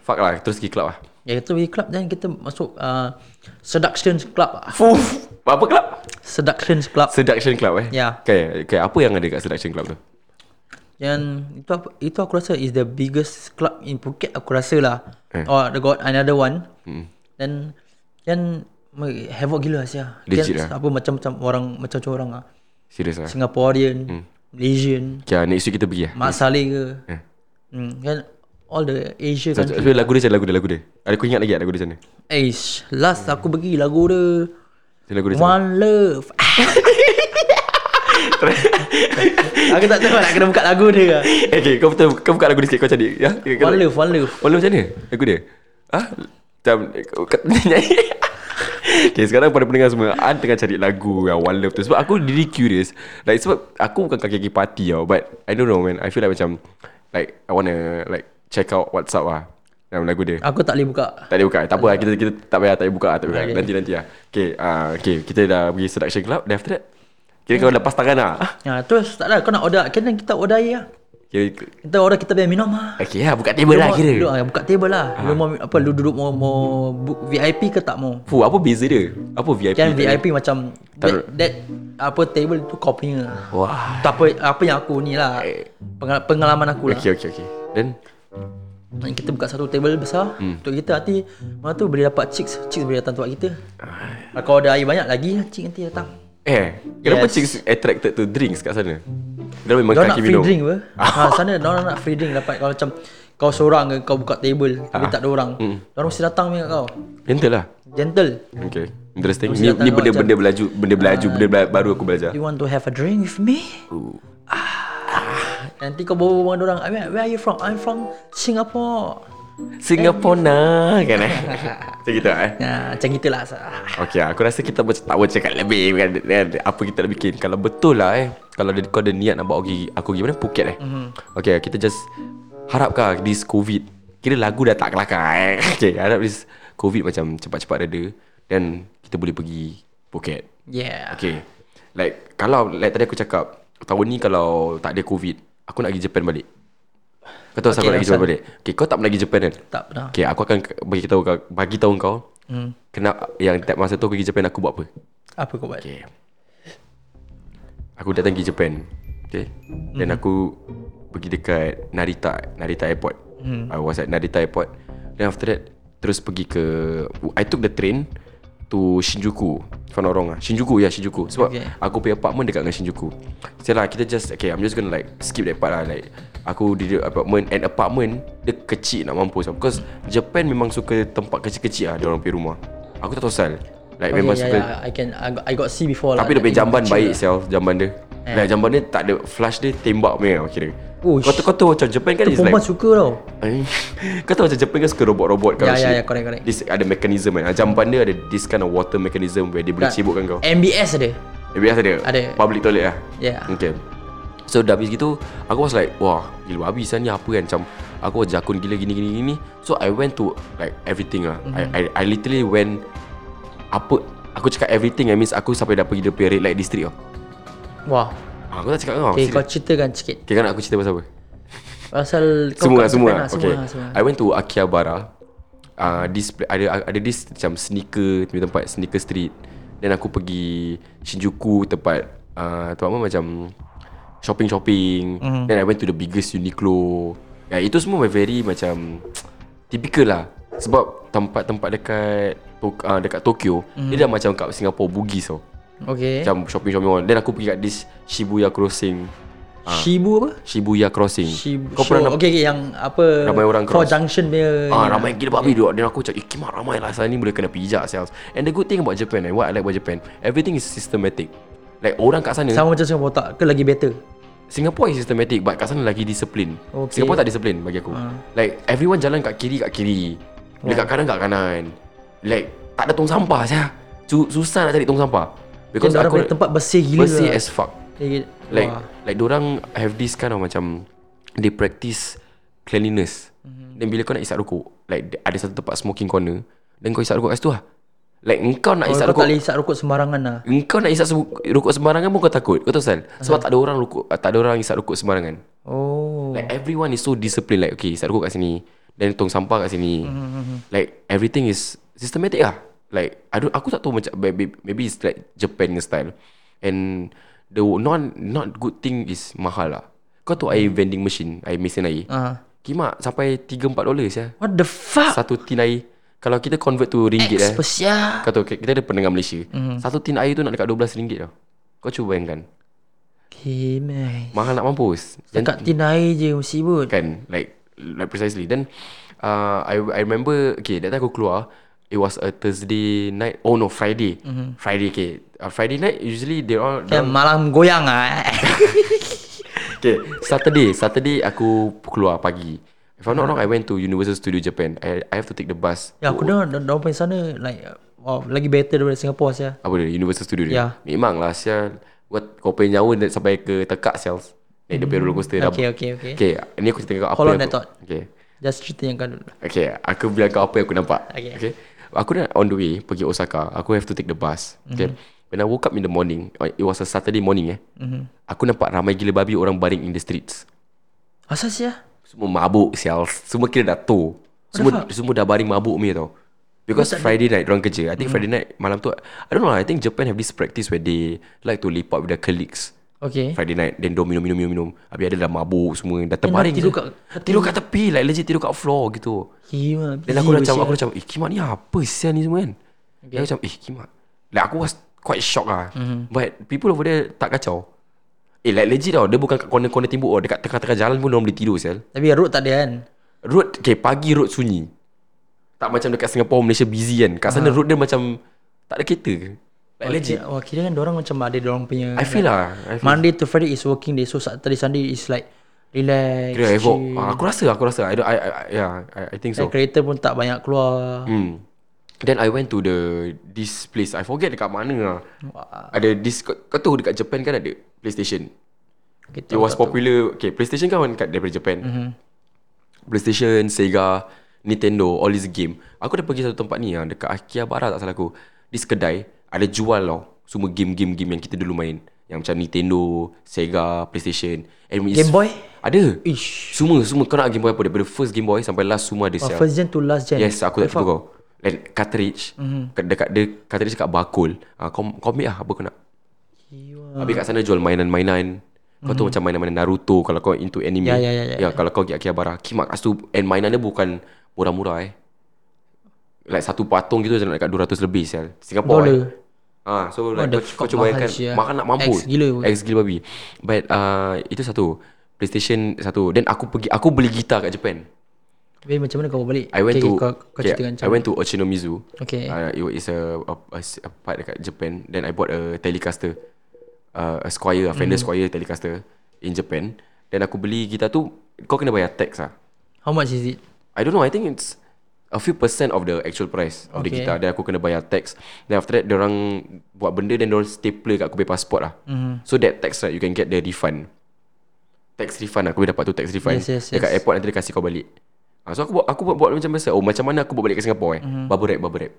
Speaker 1: Fuck lah, terus pergi club lah.
Speaker 2: Ya kita pergi club Then kita masuk uh, Seduction club lah.
Speaker 1: Fuff. Apa club?
Speaker 2: Seduction club
Speaker 1: Seduction club eh?
Speaker 2: Ya.
Speaker 1: Okay, okay, apa yang ada kat seduction club tu?
Speaker 2: Dan itu apa, itu aku rasa is the biggest club in Phuket aku rasa lah. Eh. Or they got another one. Hmm. Then then me- havoc gila Asia.
Speaker 1: Legit lah.
Speaker 2: Apa macam-macam orang macam-macam orang ah.
Speaker 1: Serius lah.
Speaker 2: Singaporean, Malaysian,
Speaker 1: Okay, ah, next week kita pergi lah.
Speaker 2: Mak Saleh ke.
Speaker 1: Eh.
Speaker 2: Hmm, kan all the Asia
Speaker 1: Satu,
Speaker 2: kan.
Speaker 1: satu, lagu dia macam lagu dia, lagu dia. Ada kau ingat lagi tak lagu dia sana?
Speaker 2: Eish, last aku pergi lagu dia
Speaker 1: Lagu dia sana.
Speaker 2: One Love. aku tak tahu nak kena buka lagu dia.
Speaker 1: okay, kau, betul, kau buka lagu dia sikit, kau cari. Ya? Kau-
Speaker 2: One Love, One Love.
Speaker 1: One Love macam mana? Lagu dia? Ah, Macam Nyanyi Okay sekarang pada pendengar semua An tengah cari lagu yang One Love tu Sebab aku really curious Like sebab Aku bukan kaki-kaki party tau But I don't know man I feel like macam Like I wanna Like check out WhatsApp lah Dalam lagu dia
Speaker 2: Aku tak boleh buka.
Speaker 1: tak boleh buka Tak apa lah kita, kita tak payah Tak payah buka tak payah. Okay. Nanti-nanti lah okay, uh, okay Kita dah pergi seduction club Then after that Kira kau lepas tangan lah Ah,
Speaker 2: Ha, terus tak ada kau nak order. Kena kita order air lah.
Speaker 1: Kira
Speaker 2: Kita order kita bayar minum lah.
Speaker 1: Okay lah buka table lah kira
Speaker 2: Duduk, ah, buka table lah. Ha. Lu mau apa lu duduk mau mau book VIP ke tak mau?
Speaker 1: Fuh apa beza dia Apa VIP
Speaker 2: Kan VIP macam that, that apa table tu kau punya. lah.
Speaker 1: Wah
Speaker 2: Tak apa apa yang aku ni lah. Pengal- Pengalaman aku lah.
Speaker 1: Eh. Okay okay okay Then
Speaker 2: Dan Kita buka satu table besar
Speaker 1: Hmm.
Speaker 2: untuk kita nanti mana tu boleh dapat chicks, chicks boleh datang tempat kita. Ah. Kalau ada air banyak lagi chick nanti datang.
Speaker 1: Eh Kenapa
Speaker 2: Yes.
Speaker 1: chicks attracted to drinks kat sana Dia memang
Speaker 2: Kau nak
Speaker 1: kaki
Speaker 2: free
Speaker 1: minum
Speaker 2: drink apa? ha, sana orang nak free drink dapat kalau macam kau seorang ke kau buka table
Speaker 1: Ah.
Speaker 2: tapi tak ada orang.
Speaker 1: Hmm.
Speaker 2: Orang mesti datang punya kat kau.
Speaker 1: Gentle lah
Speaker 2: Gentle.
Speaker 1: Okay Interesting
Speaker 2: Terus
Speaker 1: Ni, ni
Speaker 2: datang orang
Speaker 1: benda-benda
Speaker 2: macam-
Speaker 1: belaju Benda belaju Benda bela- baru aku belajar
Speaker 2: You want to have a drink with me?
Speaker 1: Ooh.
Speaker 2: Ah. Nanti kau bawa dengan orang. Where, where are you from? I'm from Singapore.
Speaker 1: Singapore nah Kan eh Macam gitu eh
Speaker 2: Ya, macam gitulah. Sa-
Speaker 1: Okay aku rasa kita macam tak boleh cakap lebih kan, kan, Apa kita nak bikin Kalau betul lah eh Kalau ada, kau ada niat nak bawa aku pergi, aku pergi mana Phuket eh mm-hmm. Okay kita just Harapkah this covid Kira lagu dah tak kelakar eh Okay harap this covid macam cepat-cepat reda Dan kita boleh pergi Phuket
Speaker 2: Yeah.
Speaker 1: Okay Like Kalau like tadi aku cakap Tahun ni kalau tak ada covid Aku nak pergi Japan balik Kau tahu okay, aku
Speaker 2: Okay,
Speaker 1: nak pergi
Speaker 2: Rafsan.
Speaker 1: Japan balik Okay kau tak pernah pergi Japan kan
Speaker 2: Tak pernah.
Speaker 1: Okay aku akan bagi tahu kau Bagi tahu kau hmm. Kena yang tak masa tu aku pergi Japan aku buat apa
Speaker 2: Apa kau buat?
Speaker 1: Okay Aku datang pergi Japan Okay Dan
Speaker 2: Hmm.
Speaker 1: aku Pergi dekat Narita Narita Airport hmm. I was at Narita Airport Then after that Terus pergi ke I took the train To Shinjuku If I'm not wrong lah Shinjuku ya yeah, Shinjuku Sebab
Speaker 2: Okay.
Speaker 1: Aku punya apartment dekat dengan Shinjuku So lah kita just Okay I'm just gonna like Skip that part lah Like Aku di the apartment And apartment Dia kecil nak mampus lah. Because Japan memang suka Tempat kecil-kecil lah Dia orang punya rumah Aku tak tahu sal Like
Speaker 2: Okay,
Speaker 1: memang
Speaker 2: yeah,
Speaker 1: suka
Speaker 2: yeah, I can I got, I got see before
Speaker 1: tapi dia
Speaker 2: lah.
Speaker 1: punya jamban baik
Speaker 2: Kecil
Speaker 1: sial jamban dia. Eh. Like jamban dia tak ada flash dia tembak punya kira.
Speaker 2: Uish.
Speaker 1: Kau tahu kau tahu macam Japan kan
Speaker 2: lah.
Speaker 1: is
Speaker 2: Perempuan
Speaker 1: like Eh.
Speaker 2: suka tau.
Speaker 1: kau tahu macam Japan kan suka robot-robot kan.
Speaker 2: Ya,
Speaker 1: macam
Speaker 2: ya,
Speaker 1: ni.
Speaker 2: ya, correct, correct.
Speaker 1: This ada mechanism kan. Jamban dia ada this kind of water mechanism where dia boleh
Speaker 2: Tak.
Speaker 1: cibukkan kau.
Speaker 2: MBS ada.
Speaker 1: Eh, biasa dia.
Speaker 2: Ada.
Speaker 1: Public toilet lah.
Speaker 2: Ya.
Speaker 1: Okay. So dah habis gitu Aku was like Wah gila babi sah ni apa kan Macam Aku was jakun gila gini gini gini So I went to Like everything lah
Speaker 2: Mhm.
Speaker 1: mm-hmm. I, I, I literally went Apa Aku cakap everything I means aku sampai dah pergi Dia punya red light district oh. tau
Speaker 2: Wah.
Speaker 1: Ah, Aku tak cakap kau
Speaker 2: Okay, Eh, kau
Speaker 1: serious.
Speaker 2: ceritakan sikit.
Speaker 1: Okay kau nak aku cerita pasal apa?
Speaker 2: Pasal kau
Speaker 1: semua
Speaker 2: kat
Speaker 1: semua.
Speaker 2: Japan lah,
Speaker 1: okay.
Speaker 2: Semua, semua.
Speaker 1: I went to Akihabara. Uh, this pla- ada ada this macam sneaker punya tempat sneaker street. Then aku pergi Shinjuku tempat uh, tempat apa macam shopping shopping.
Speaker 2: Mhm.
Speaker 1: Mm. Then I went to the biggest Uniqlo. Ya itu semua very macam typical lah. Sebab tempat-tempat dekat Tok- uh, dekat Tokyo
Speaker 2: Mhm.
Speaker 1: mm. dia dah macam kat Singapore Bugis tau.
Speaker 2: Eh? Okay.
Speaker 1: Macam shopping shopping mall. Then aku pergi kat this Shibuya Crossing.
Speaker 2: Shibu apa?
Speaker 1: Shibuya Crossing.
Speaker 2: Shibu.
Speaker 1: ah. Kau pernah
Speaker 2: okay, okay, yang apa?
Speaker 1: Ramai orang
Speaker 2: Four
Speaker 1: cross.
Speaker 2: Junction punya.
Speaker 1: Ah ramai gila babi duduk Dan aku macam Eh kimak ramai lah Saya ni boleh kena pijak sales And the good thing about Japan and What I like about Japan Everything is systematic Like orang kat sana Sama.
Speaker 2: Sama macam Singapore tak? Ke lagi better?
Speaker 1: Singapore is systematic But kat sana lagi disiplin
Speaker 2: Okay. Ah.
Speaker 1: Singapore tak disiplin bagi aku Like everyone jalan kat kiri kat kiri Dekat kanan kat kanan Like tak ada tong sampah saya Susah nak cari tong sampah
Speaker 2: Kan
Speaker 1: Because
Speaker 2: orang
Speaker 1: aku
Speaker 2: punya tempat bersih gila.
Speaker 1: bersih
Speaker 2: lah.
Speaker 1: as fuck
Speaker 2: Dia-
Speaker 1: Like
Speaker 2: wah.
Speaker 1: like orang have this kind of macam they practice cleanliness. Mm-hmm.
Speaker 2: Mhm.
Speaker 1: Then bila kau nak isap rokok, like ada satu tempat smoking corner, then kau isap rokok kat situ lah. Like engkau nak
Speaker 2: Kalau
Speaker 1: isap
Speaker 2: Oh, kau
Speaker 1: rokok,
Speaker 2: tak boleh isap rokok sembarangan lah
Speaker 1: engkau nak isap sem- rokok sembarangan pun kau takut. Kau tahu Sal? Sebab tak ada orang rokok, tak ada orang isap rokok sembarangan.
Speaker 2: Oh
Speaker 1: Like everyone is so disciplined like okay, isap rokok kat sini, then tong sampah kat sini. Mm-hmm. Like everything is systematic lah. Like I don't, aku tak tahu macam maybe, maybe it's like Japan punya style. And the non not good thing is mahal lah. Kau tu air vending machine, air mesin air. Uh.
Speaker 2: Ah,
Speaker 1: Kimak sampai 3 4 dolar sia.
Speaker 2: What the fuck
Speaker 1: Satu tin air. Kalau kita convert to ringgit eh.
Speaker 2: Spesial
Speaker 1: Kau tahu kita ada pendengar Malaysia. Mm. Satu tin air tu nak dekat 12 ringgit tau. Kau cuba bayangkan.
Speaker 2: Okay man
Speaker 1: Mahal nak mampus. Dan-
Speaker 2: Dekat tinai je musibut
Speaker 1: Kan Like Like precisely Then uh, I I remember Okay that time aku keluar It was a Thursday night Oh no Friday
Speaker 2: Mhm.
Speaker 1: mm-hmm. Friday okay uh, Friday night Usually they all
Speaker 2: Kan malam goyang ah.
Speaker 1: Okay Saturday Saturday aku keluar pagi If I'm not
Speaker 2: Uh-huh.
Speaker 1: wrong I went to Universal Studio Japan I, I have to take the bus
Speaker 2: Ya aku dengar Diorang punya sana Like wow, Lagi better daripada Singapore saya.
Speaker 1: Apa dia Universal Studio dia
Speaker 2: Ya.
Speaker 1: Memang lah sial Buat kau punya nyawa dan Sampai ke tekak sial Naik dia punya roller coaster dah-
Speaker 2: Mm-hmm. Okay okay okay
Speaker 1: Okay Ni aku cerita kau apa
Speaker 2: Hold on,
Speaker 1: yang
Speaker 2: that
Speaker 1: aku,
Speaker 2: thought.
Speaker 1: Okay
Speaker 2: Just cerita yang kau dulu
Speaker 1: Okay Aku bilang kau apa yang aku nampak
Speaker 2: Okay.
Speaker 1: okay? Aku dah on the way Pergi Osaka Aku have to take the bus Okay
Speaker 2: Mm-hmm.
Speaker 1: When I woke up in the morning oh, It was a Saturday morning eh
Speaker 2: Mm-hmm.
Speaker 1: Aku nampak ramai gila babi Orang baring in the streets
Speaker 2: Asal sia
Speaker 1: Semua mabuk sial Semua kira dah tow Semua semua dah baring mabuk punya tau Because Friday night Diorang kerja
Speaker 2: Mm-hmm.
Speaker 1: I think Friday night Malam tu I don't know lah I think Japan have this practice Where they Like to lepak with their colleagues
Speaker 2: Okay
Speaker 1: Friday night Then dorang minum minum minum minum Habis ada dah mabuk semua Dah terbaring
Speaker 2: tidur
Speaker 1: je.
Speaker 2: kat-
Speaker 1: Tidur kat tepi Like legit tidur kat floor gitu
Speaker 2: Gila
Speaker 1: Then aku macam Aku macam Eh kimak ni apa sial ni semua kan okay. Then aku macam Eh kimak Like aku was quite shocked lah mm-hmm. But people over there Tak kacau Eh like legit tau Dia bukan kat corner-corner timbuk tau Dekat tengah-tengah jalan pun Orang boleh tidur sial
Speaker 2: Tapi road tak ada kan
Speaker 1: Road Okay pagi road sunyi Tak macam dekat Singapore Malaysia busy kan Kat sana road dia macam Tak ada kereta ke Like
Speaker 2: Wah,
Speaker 1: legit
Speaker 2: kira- Wah kira kan Diorang macam ada Diorang punya
Speaker 1: I feel lah I feel.
Speaker 2: Monday to Friday is working day So Saturday Sunday is like Relax
Speaker 1: Kira
Speaker 2: chill.
Speaker 1: evok ah, Aku rasa Aku rasa I, don't- I, I, I, yeah, I, I think so
Speaker 2: Dan kereta pun tak banyak keluar
Speaker 1: Hmm. Then I went to the this place. I forget dekat mana lah. Ada this kau, kau tahu dekat Japan kan ada PlayStation.
Speaker 2: okay, Mhm.
Speaker 1: It was popular. Okay, PlayStation kan kat daripada Japan. Mm-hmm. PlayStation, Sega, Nintendo, all this game. Aku dah pergi satu tempat ni lah dekat Akihabara tak salah aku. This kedai ada jual tau semua game-game game yang kita dulu main. Yang macam Nintendo, Sega, PlayStation. And it's-
Speaker 2: Game Boy?
Speaker 1: Ada.
Speaker 2: Ish
Speaker 1: Semua, semua. Kau nak Game Boy apa? Daripada first Game Boy sampai last semua ada sial.
Speaker 2: First gen to last gen
Speaker 1: Yes, aku tak tipu kau. Like cartridge.
Speaker 2: Mhm.
Speaker 1: Mm-hmm. Dekat dia cartridge kat bakul. Ah, kau kau ambil lah apa kau nak.
Speaker 2: Gila.
Speaker 1: Habis kat sana jual mainan-mainan. Kau tu macam mainan-mainan Naruto kalau kau into anime.
Speaker 2: Mhm. Ya, ya, ya, ya,
Speaker 1: ya. kalau kau pergi Akihabara. Kimak kat situ and mainan dia bukan murah-murah eh. Like satu patung gitu macam nak dekat 200 lebih sial. Singapore
Speaker 2: Dollar.
Speaker 1: eh. Ah, so like kau,
Speaker 2: the
Speaker 1: kau
Speaker 2: fuck,
Speaker 1: cuba
Speaker 2: mahal
Speaker 1: kan
Speaker 2: sia.
Speaker 1: makan nak mampu.
Speaker 2: Ex gila pun.
Speaker 1: Ex gila babi. But uh, itu satu. PlayStation satu. Then aku pergi aku beli gitar kat Japan.
Speaker 2: Habis macam mana kau balik
Speaker 1: I went
Speaker 2: okay,
Speaker 1: to
Speaker 2: Kau, kau
Speaker 1: okay,
Speaker 2: cerita
Speaker 1: I
Speaker 2: dengan
Speaker 1: went to Ochinomizu.
Speaker 2: Okay
Speaker 1: Uh, it was a, a, a, s- a part dekat Japan. Then I bought a Telecaster. Uh, a Squire, a
Speaker 2: Mm.
Speaker 1: Fender Squire Telecaster in Japan. Then aku beli gitar tu, kau kena bayar tax lah.
Speaker 2: How much is it
Speaker 1: I don't know, I think it's a few percent of the actual price of the
Speaker 2: Okay.
Speaker 1: guitar. Then aku kena bayar tax. Then after that, orang buat benda then orang staple kat aku punya passport lah. Mm-hmm.
Speaker 2: Mhm.
Speaker 1: So that tax right, you can get the refund. Tax refund aku boleh dapat tu tax refund.
Speaker 2: Yes, yes,
Speaker 1: Dekat
Speaker 2: yes.
Speaker 1: airport nanti dia kasih kau balik. Ah, so aku buat aku buat, buat macam biasa. Oh, macam mana aku buat balik ke Singapore eh? Mm-hmm. Bubble wrap, bubble wrap.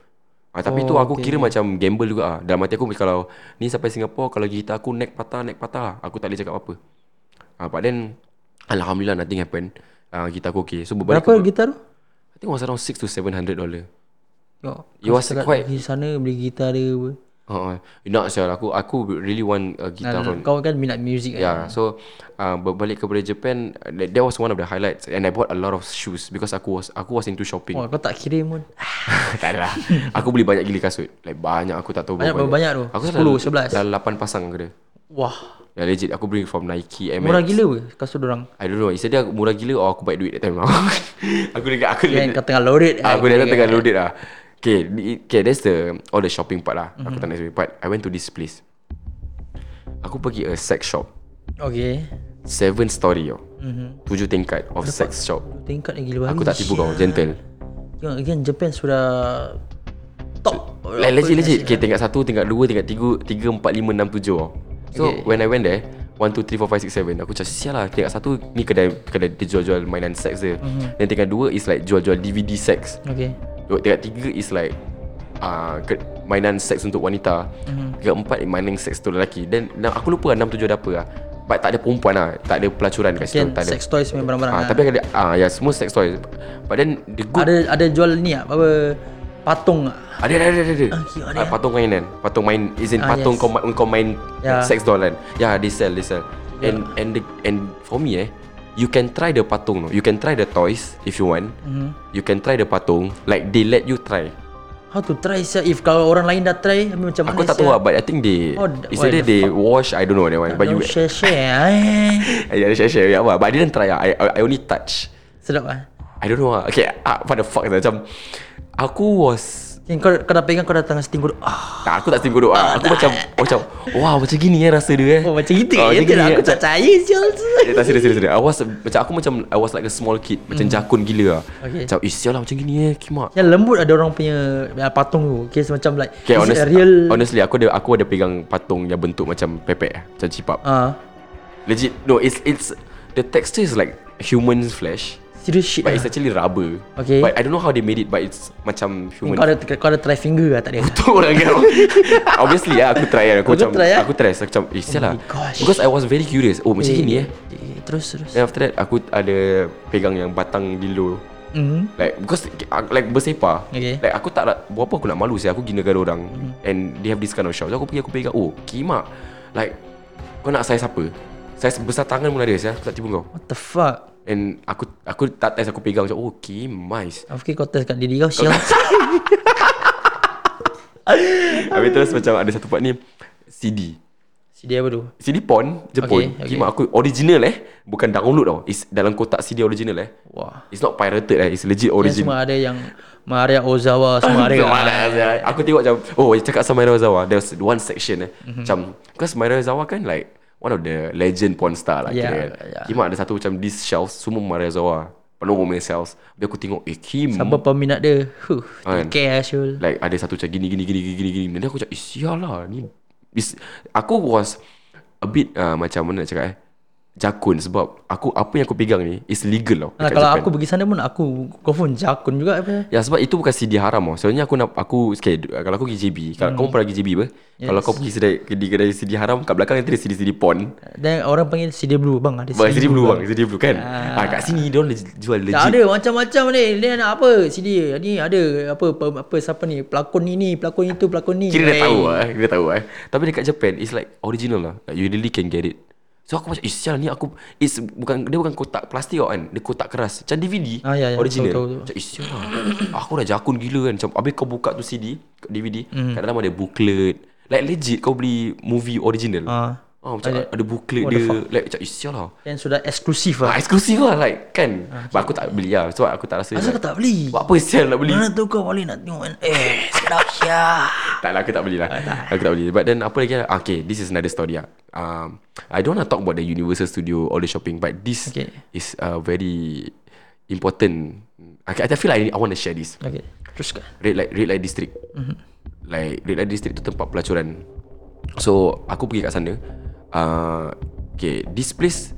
Speaker 1: Ah, tapi oh, tu
Speaker 2: Mhm. Oh,
Speaker 1: aku okay. kira macam gamble juga ah. Dalam hati aku kalau ni sampai Singapore kalau gitar aku neck patah, neck patah, aku tak boleh cakap apa. Ah, but then alhamdulillah nothing happen. Ah, gitar aku okay. So berbalik
Speaker 2: Berapa gitar tu
Speaker 1: I think it was around six to seven hundred dollar.
Speaker 2: Yo,
Speaker 1: It was quite-
Speaker 2: Di sana beli gitar dia apa.
Speaker 1: Uh, not sure aku aku really want a
Speaker 2: Nah,
Speaker 1: guitar
Speaker 2: nah,
Speaker 1: from
Speaker 2: Kau kan minat music kan
Speaker 1: yeah. So uh, berbalik kepada Japan, uh, that, that was one of the highlights and I bought a lot of shoes because aku was aku was into shopping.
Speaker 2: Wah kau tak kira pun
Speaker 1: tak ada lah. aku beli banyak gila kasut. Like banyak aku tak tahu
Speaker 2: Banyak
Speaker 1: berapa
Speaker 2: berapa banyak tu?
Speaker 1: Aku
Speaker 2: 10, 11?
Speaker 1: Dah 8 pasang aku ada.
Speaker 2: Wah
Speaker 1: Yeah, legit aku beli from Nike, M.
Speaker 2: Murah gila ke kasut dorang
Speaker 1: I don't know. Is dia murah gila or aku baik duit that time. aku dekat aku
Speaker 2: Kan
Speaker 1: dekat-
Speaker 2: kau tengah loaded kan?
Speaker 1: Ah, Aku dah tengah loaded lah Okay, ni- okay that's the All the shopping part lah Aku tak nak shopping part I went to this place Aku pergi a sex shop
Speaker 2: Okay
Speaker 1: Seven story tau Tujuh tingkat of sex shop
Speaker 2: Tingkat yang gila
Speaker 1: Aku tak tipu kau, gentle
Speaker 2: Tengok again Japan sudah Top
Speaker 1: Like legit legit Okay, tingkat satu, tingkat dua, tingkat tiga Tiga, empat, lima, enam, tujuh tau So
Speaker 2: Okay.
Speaker 1: when I went there One, two, three, four, five, six, seven Aku macam sial lah Tingkat satu ni kedai Kedai dia jual-jual mainan seks dia Then tingkat dua is like jual-jual DVD seks
Speaker 2: Okay
Speaker 1: Tengok tingkat tiga is like uh, ke, mainan seks untuk wanita.
Speaker 2: Mhm.
Speaker 1: Mm-hmm. Tingkat empat mainan seks untuk lelaki. Then enam, aku lupa lah, enam tujuh ada apa lah. But tak ada perempuan lah. Tak ada pelacuran kat situ.
Speaker 2: Kan
Speaker 1: Tak ada.
Speaker 2: sex toys punya barang-barang
Speaker 1: Ah,
Speaker 2: lah.
Speaker 1: tapi ada ah ya semua sex toys. But then the good
Speaker 2: Ada ada jual ni ah Apa Patung ah
Speaker 1: ada ada ada ada. ada.
Speaker 2: okay, ada. ya.
Speaker 1: Ah, patung mainan. Patung main is in
Speaker 2: Ah,
Speaker 1: patung kau
Speaker 2: yes.
Speaker 1: main kau main
Speaker 2: Ya.
Speaker 1: sex doll kan. Yeah, they sell, they sell. And and the, and for me eh You can try the patung no. You can try the toys if you want.
Speaker 2: Mhm.
Speaker 1: Mm-hmm. You can try the patung. Like they let you try.
Speaker 2: How to try sia If kalau orang lain dah try habis Macam
Speaker 1: Aku
Speaker 2: mana
Speaker 1: tak
Speaker 2: sia?
Speaker 1: tahu lah But I think they oh,
Speaker 2: Oh, the-
Speaker 1: Is
Speaker 2: why
Speaker 1: either
Speaker 2: the
Speaker 1: they wash I don't know that one But you
Speaker 2: Don't share share eh.
Speaker 1: Yeah they share share yeah, But I didn't try ah. I, I, I only touch
Speaker 2: Sedap ah
Speaker 1: I don't know lah Okay ah, What the fuck Macam Aku was
Speaker 2: Yang kau, kau dah pegang kau dah tangan seting kau ah.
Speaker 1: Tak, aku tak steam kodok lah. Aku macam macam wow macam gini eh rasa dia eh.
Speaker 2: Oh macam gitu
Speaker 1: Ah,
Speaker 2: oh,
Speaker 1: macam
Speaker 2: je
Speaker 1: gini,
Speaker 2: lah. Aku
Speaker 1: eh.
Speaker 2: tak percaya sial.
Speaker 1: Eh, tak serius serius serius. I was macam aku macam I was like a small kid, macam jakun gila lah.
Speaker 2: Hmm. Okay.
Speaker 1: Macam eh sial lah macam gini eh kimak.
Speaker 2: Yang lembut ada orang punya uh, patung tu. Kes macam like
Speaker 1: Okay,
Speaker 2: is
Speaker 1: honest,
Speaker 2: it a real
Speaker 1: honestly aku ada aku ada pegang patung yang bentuk macam pepek eh, macam cipap.
Speaker 2: ah uh,
Speaker 1: Legit no it's it's the texture is like human flesh
Speaker 2: serious shit.
Speaker 1: but
Speaker 2: Lah.
Speaker 1: it's actually rubber.
Speaker 2: Okay.
Speaker 1: But I don't know how they made it but it's macam human.
Speaker 2: Kau ada kau ada try finger lah tak dia.
Speaker 1: Tu orang kan Obviously lah aku try kan Aku,
Speaker 2: Aku
Speaker 1: macam
Speaker 2: try, ah?
Speaker 1: Aku try Aku macam Eh sial lah
Speaker 2: gosh.
Speaker 1: Because I was very curious Oh macam gini eh
Speaker 2: Eh, Terus terus.
Speaker 1: Then after that Aku ada Pegang yang batang dildo
Speaker 2: Mhm.
Speaker 1: Like because uh, Like bersepah
Speaker 2: Okay. Mm-hmm.
Speaker 1: Like aku tak nak Buat apa aku nak malu saya Aku gina gaduh orang And they have this kind of shop So aku pergi aku pegang Oh kimak Like Kau nak size apa Size besar tangan pun ada saya Aku tak tipu kau
Speaker 2: What the fuck?
Speaker 1: And aku aku tak test aku pegang macam Oh kimais
Speaker 2: Aku fikir kau test kat diri kau sial.
Speaker 1: Habis terus macam ada satu part ni CD
Speaker 2: CD apa tu?
Speaker 1: CD porn Jepun
Speaker 2: Okay,
Speaker 1: okay,
Speaker 2: okay.
Speaker 1: Kimak aku original eh Bukan download tau It's dalam kotak CD original eh
Speaker 2: Wah.
Speaker 1: It's not pirated eh It's legit
Speaker 2: Yang
Speaker 1: origin
Speaker 2: semua ada yang Maria Ozawa semua ada.
Speaker 1: Semua ada. Aku tengok macam Oh cakap sama Myra Ozawa There's one section eh
Speaker 2: Mhm.
Speaker 1: Macam Because Myra Ozawa kan like One of the legend porn star lah
Speaker 2: Yeah,
Speaker 1: kira kan.
Speaker 2: yeah.
Speaker 1: Kimak ada satu macam These shelves Semua Myra Ozawa Penuh women shelves Habis aku tengok Eh Kim
Speaker 2: Apa peminat dia? Huh,
Speaker 1: Kan.
Speaker 2: care Syul.
Speaker 1: Like ada satu macam gini gini gini gini gini gini. Nanti aku macam eh sial lah ni. Is, aku was a bit uh, macam mana nak cakap eh. Jakun sebab aku apa yang aku pegang ni is legal tau.
Speaker 2: Nah,
Speaker 1: dekat
Speaker 2: Ah, kalau
Speaker 1: Japan.
Speaker 2: aku pergi sana pun aku confirm jakun juga apa.
Speaker 1: Ya sebab itu bukan CD haram tau. Sebenarnya aku nak aku okay, kalau aku pergi JB, kalau
Speaker 2: Hmm.
Speaker 1: kau pernah pergi JB apa? Kalau kau pergi kedai kedai, kedai CD haram kat belakang nanti ada CD CD porn.
Speaker 2: Dan orang panggil CD blue bang ada
Speaker 1: Bang, CD blue bang, CD blue kan? Ah, kat sini dia orang le- jual
Speaker 2: Tak
Speaker 1: legit.
Speaker 2: ada macam-macam ni. Dia nak apa? CD ni ada apa apa, apa siapa ni? Pelakon ni ni, pelakon itu, pelakon ni.
Speaker 1: Kira dia
Speaker 2: Eh,
Speaker 1: tahu eh, kira dia tahu eh. Tapi dekat Japan it's like original lah. Like, you really can get it. So aku macam, eh sial ni aku it's bukan dia bukan kotak plastik tau kan. Dia kotak keras. Macam DVD
Speaker 2: Ah, ya, ya.
Speaker 1: original.
Speaker 2: Tahu, tahu, tahu.
Speaker 1: Macam eh sial lah. aku dah jakun gila kan. Macam habis kau buka tu CD, kat DVD,
Speaker 2: Hmm.
Speaker 1: kat dalam ada booklet. Like legit kau beli movie original.
Speaker 2: Ah.
Speaker 1: Ah, macam ada, ada booklet
Speaker 2: What the
Speaker 1: dia.
Speaker 2: fuck?
Speaker 1: Like macam eh sial lah.
Speaker 2: Dan sudah eksklusif
Speaker 1: Ah,
Speaker 2: lah.
Speaker 1: eksklusif lah like kan. But aku tak beli lah sebab aku tak rasa.
Speaker 2: Ah, Asal
Speaker 1: Like,
Speaker 2: kau tak beli?
Speaker 1: buat apa sial nak beli?
Speaker 2: Mana tu kau balik nak tengok kan? Eh, sedap sia.
Speaker 1: tak lah, aku tak beli lah. aku tak beli. But then apa lagi? ah, Okay, this is another story lah. Um, I don't want to talk about the Universal Studio all the shopping, but this
Speaker 2: Okay.
Speaker 1: is uh, very important. I, I feel like I want to share this.
Speaker 2: Okay, teruskan.
Speaker 1: Red Light Red Light District. Mm-hmm. Like Red Light District tu tempat pelacuran. So aku pergi kat sana. Uh, okay, this place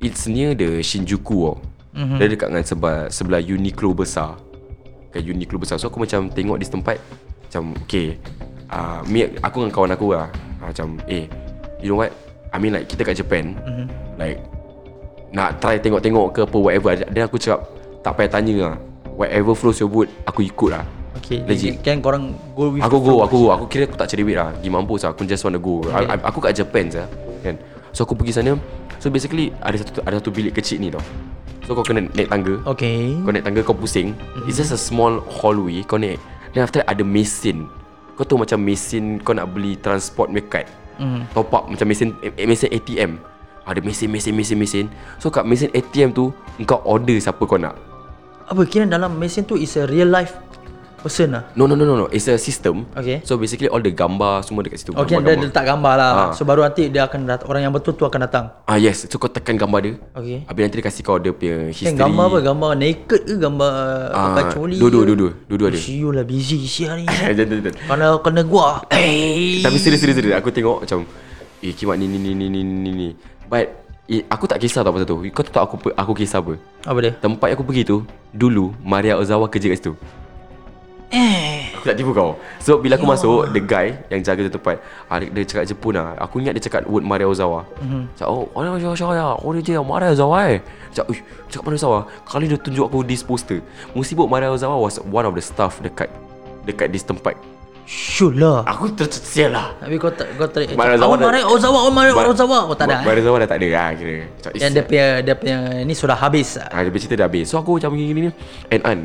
Speaker 1: it's near the Shinjuku. Tau. Mm-hmm. Dia dekat dengan sebelah sebelah Uniqlo besar. Kat Uniqlo besar. So aku macam tengok this tempat macam okay. Uh, me, aku dengan kawan aku lah uh, Macam Eh You know what I mean like Kita kat Japan mm-hmm. Like nak try tengok-tengok ke apa whatever then aku cakap tak payah tanya lah whatever flows your boat aku ikut lah
Speaker 2: Okay,
Speaker 1: Legit.
Speaker 2: legit. Kan korang go with
Speaker 1: aku go aku go aku kira aku tak cari duit lah pergi mampus lah aku just want to go I, I, aku kat Japan sah kan so aku pergi sana so basically ada satu ada satu bilik kecil ni tau so kau kena naik tangga
Speaker 2: Okay.
Speaker 1: kau naik tangga kau pusing
Speaker 2: Mhm.
Speaker 1: mm-hmm. It's just a small hallway Kau naik Then after that ada mesin Kau tahu macam mesin Kau nak beli transport punya card mm.
Speaker 2: Mhm.
Speaker 1: Top up macam mesin eh, eh, Mesin ATM Ada mesin mesin mesin mesin So kat mesin ATM tu Kau order siapa kau nak
Speaker 2: Apa kira dalam mesin tu is a real life person lah.
Speaker 1: No no no no no It's a system
Speaker 2: Okay.
Speaker 1: So basically all the gambar Ah. Semua dekat situ
Speaker 2: Okay, dia
Speaker 1: Gambar-gambar.
Speaker 2: letak gambar lah. So baru nanti dia akan dat- orang yang betul tu akan datang.
Speaker 1: Ah yes So kau tekan gambar dia
Speaker 2: Okay.
Speaker 1: Habis nanti dia kasih kau Dia punya
Speaker 2: Kan
Speaker 1: history Ah,
Speaker 2: gambar apa? Gambar naked ke gambar uh, pakai coli?
Speaker 1: Dua-dua Dua-dua Dua-dua ada
Speaker 2: Siul lah busy sial ni.
Speaker 1: Jangan, jangan, jangan.
Speaker 2: Kena kena gua. Eh.
Speaker 1: Tapi serius serius serius aku tengok macam eh kimak ni ni ni ni ni ni ni. But eh, aku tak kisah tau pasal tu. Kau tahu tak aku pe- aku kisah apa?
Speaker 2: Apa dia?
Speaker 1: Tempat yang aku pergi tu dulu Maria Ozawa kerja kat situ.
Speaker 2: Eh. Ya
Speaker 1: Aku tak tipu kau. So bila aku masuk the guy yang jaga tu tempat, ah, dia, dia cakap Jepun lah. Aku ingat dia cakap word Maria Ozawa.
Speaker 2: Mhm.
Speaker 1: Mm-hmm. Cakap, oh, Maria Ozawa ya. Oh, dia je Maria Ozawa eh. Cakap, uish, cakap Maria Ozawa. Kali dia tunjuk aku this poster. Musibuk Maria Ozawa was one of the staff dekat dekat this tempat.
Speaker 2: Siul lah.
Speaker 1: Aku tercesia lah.
Speaker 2: Tapi kau tak kau tarik.
Speaker 1: Mak Razawa
Speaker 2: Awak
Speaker 1: dah-
Speaker 2: mari Ozawa, awak mari
Speaker 1: Bar-
Speaker 2: Ozawa. Kau tak ada. eh?
Speaker 1: Baris awal dah tak ada lah kira Macam,
Speaker 2: Yang dia punya dia punya ni sudah habis. lah.
Speaker 1: ah, Dia punya cerita dah habis So aku macam gini ni And An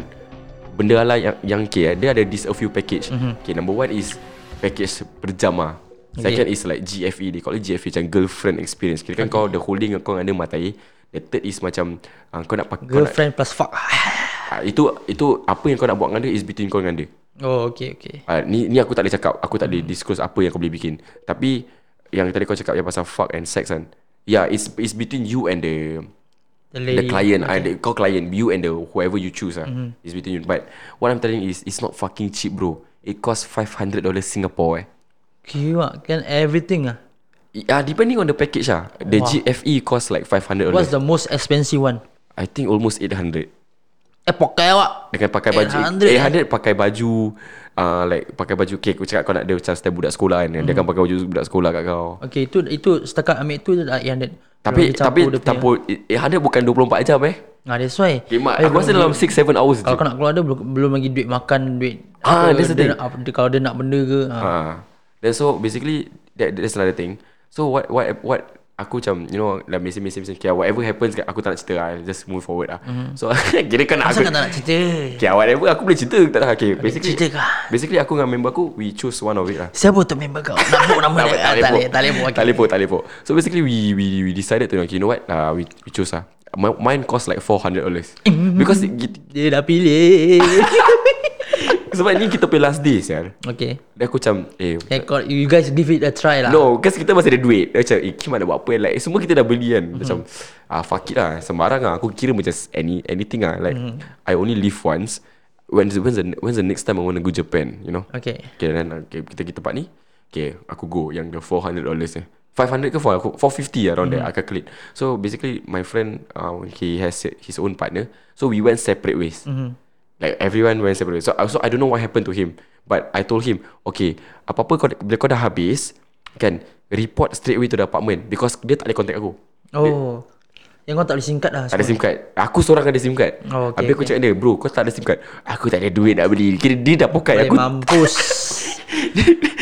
Speaker 1: Benda lah yang, yang okay, eh, Dia ada this a few package mm-hmm. Okay number one is Package per jam lah Second is like GFE They call it GFE Macam girlfriend experience Kira kan kau the holding Kau ada matai The third is macam uh, Kau nak pakai kau nak,
Speaker 2: Girlfriend plus fuck.
Speaker 1: ah, Itu itu Apa yang kau nak buat dengan dia Is between kau dengan dia
Speaker 2: Oh, okay, okay.
Speaker 1: Uh, ni ni aku tak boleh cakap. Aku tak boleh disclose apa yang kau boleh bikin. Tapi yang tadi kau cakap yang pasal fuck and sex kan. Yeah, it's it's between you and the
Speaker 2: The
Speaker 1: the
Speaker 2: lady.
Speaker 1: client. Okay. Uh, the, kau client, you and the whoever you choose ah. Mm-hmm. It's between you. But what I'm telling you is it's not fucking cheap, bro. It costs $500 Singapore eh.
Speaker 2: Kira kan everything ah.
Speaker 1: Yeah, depending on the package ah. The wow. GFE costs like $500.
Speaker 2: What's the most expensive one?
Speaker 1: I think almost 800
Speaker 2: Eh, pokai awak.
Speaker 1: Dengan pakai baju 800
Speaker 2: 800,
Speaker 1: pakai baju uh, Like pakai baju Okay aku cakap kau nak dia macam style budak sekolah kan
Speaker 2: Mm-hmm.
Speaker 1: Dia akan pakai baju budak sekolah kat kau
Speaker 2: Okay, itu itu setakat ambil tu dah 800.
Speaker 1: Tapi
Speaker 2: Belum
Speaker 1: tapi
Speaker 2: dicampur dia
Speaker 1: tapi 800
Speaker 2: punya.
Speaker 1: bukan 24 jam eh
Speaker 2: Ah, that's why.
Speaker 1: okay, mak,
Speaker 2: Saya
Speaker 1: Aku
Speaker 2: belum-
Speaker 1: rasa dalam 6-7 hours je
Speaker 2: kalau kau nak keluar dia belum, belum lagi duit makan, duit.
Speaker 1: Ah,
Speaker 2: apa,
Speaker 1: that's the thing.
Speaker 2: dia nak apa- dia- Kalau dia nak benda ke. ah.
Speaker 1: Ah, Then so basically that, that's another thing. So what what what aku macam you know like mesin mesin mesin okay, whatever happens aku tak nak cerita lah. I'll just move forward lah. Mm-hmm. So kira kan aku
Speaker 2: Mhm. Asal kau tak nak cerita?
Speaker 1: Okay, whatever aku boleh cerita tak lah. Okay, basically
Speaker 2: cerita kah?
Speaker 1: basically aku dengan member aku we choose one of it lah.
Speaker 2: Siapa tu member kau? Nak book nama dia? Ah, Tak boleh, tak boleh. buat.
Speaker 1: Tak boleh, tak boleh. buat. So basically we we we decided to okay, you know what? Uh, we we choose lah. My, mine cost like 400 dollars.
Speaker 2: Mm.
Speaker 1: Because it-
Speaker 2: Dia dah pilih.
Speaker 1: sebab ni kita punya last day sial.
Speaker 2: okay.
Speaker 1: Then aku macam eh
Speaker 2: Okay, kau- you guys give it a try lah.
Speaker 1: No Because kita masih ada duit Macam eh Kim nak buat apa Like semua kita dah beli kan Macam
Speaker 2: Mm-hmm.
Speaker 1: ah, Fuck it lah Sembarang lah Aku kira macam any, Anything lah Like
Speaker 2: Mm-hmm.
Speaker 1: I only live once When's, when's, the, when's the next time I want to go Japan You know
Speaker 2: Okay.
Speaker 1: Okay then uh, okay, Kita pergi tempat ni Okay Aku go Yang the $400 eh 500 ke 4 aku 450 around
Speaker 2: Hmm.
Speaker 1: mm-hmm. there I calculate So basically My friend uh, He has his own partner So we went separate ways mm-hmm. Like everyone went separate ways so, so I don't know what happened to him But I told him Okay Apa-apa kau, bila kau dah habis Kan Report straight away to the apartment Because dia tak ada contact aku
Speaker 2: Oh. Yang kau tak boleh singkat lah.
Speaker 1: tak ada SIM card Aku seorang ada SIM card
Speaker 2: Oh, okay,
Speaker 1: Habis aku cakap dia Bro kau tak ada SIM card Aku tak ada duit nak beli Kira dia dah pokai Aku
Speaker 2: Balik mampus.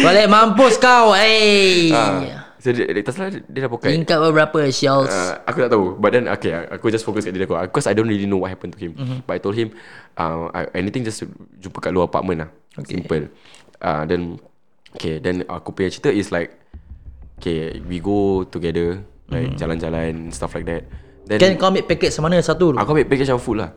Speaker 2: Balik mampus kau. Hey.
Speaker 1: Ah, So dia, dia, tak salah dia- dia dah pokai
Speaker 2: Tingkat berapa Shells?
Speaker 1: Uh, aku tak tahu But then okay Aku just fokus kat diri aku Because I don't really know What happened to him mm-hmm. But I told him uh, I- Anything just Jumpa kat luar apartment lah okay. Simple uh, Then Okay Then aku punya cerita is like Okay We go together Like mm-hmm. jalan-jalan Stuff like that Then
Speaker 2: Kan kau ambil package mana satu tu?
Speaker 1: Aku ambil package yang full lah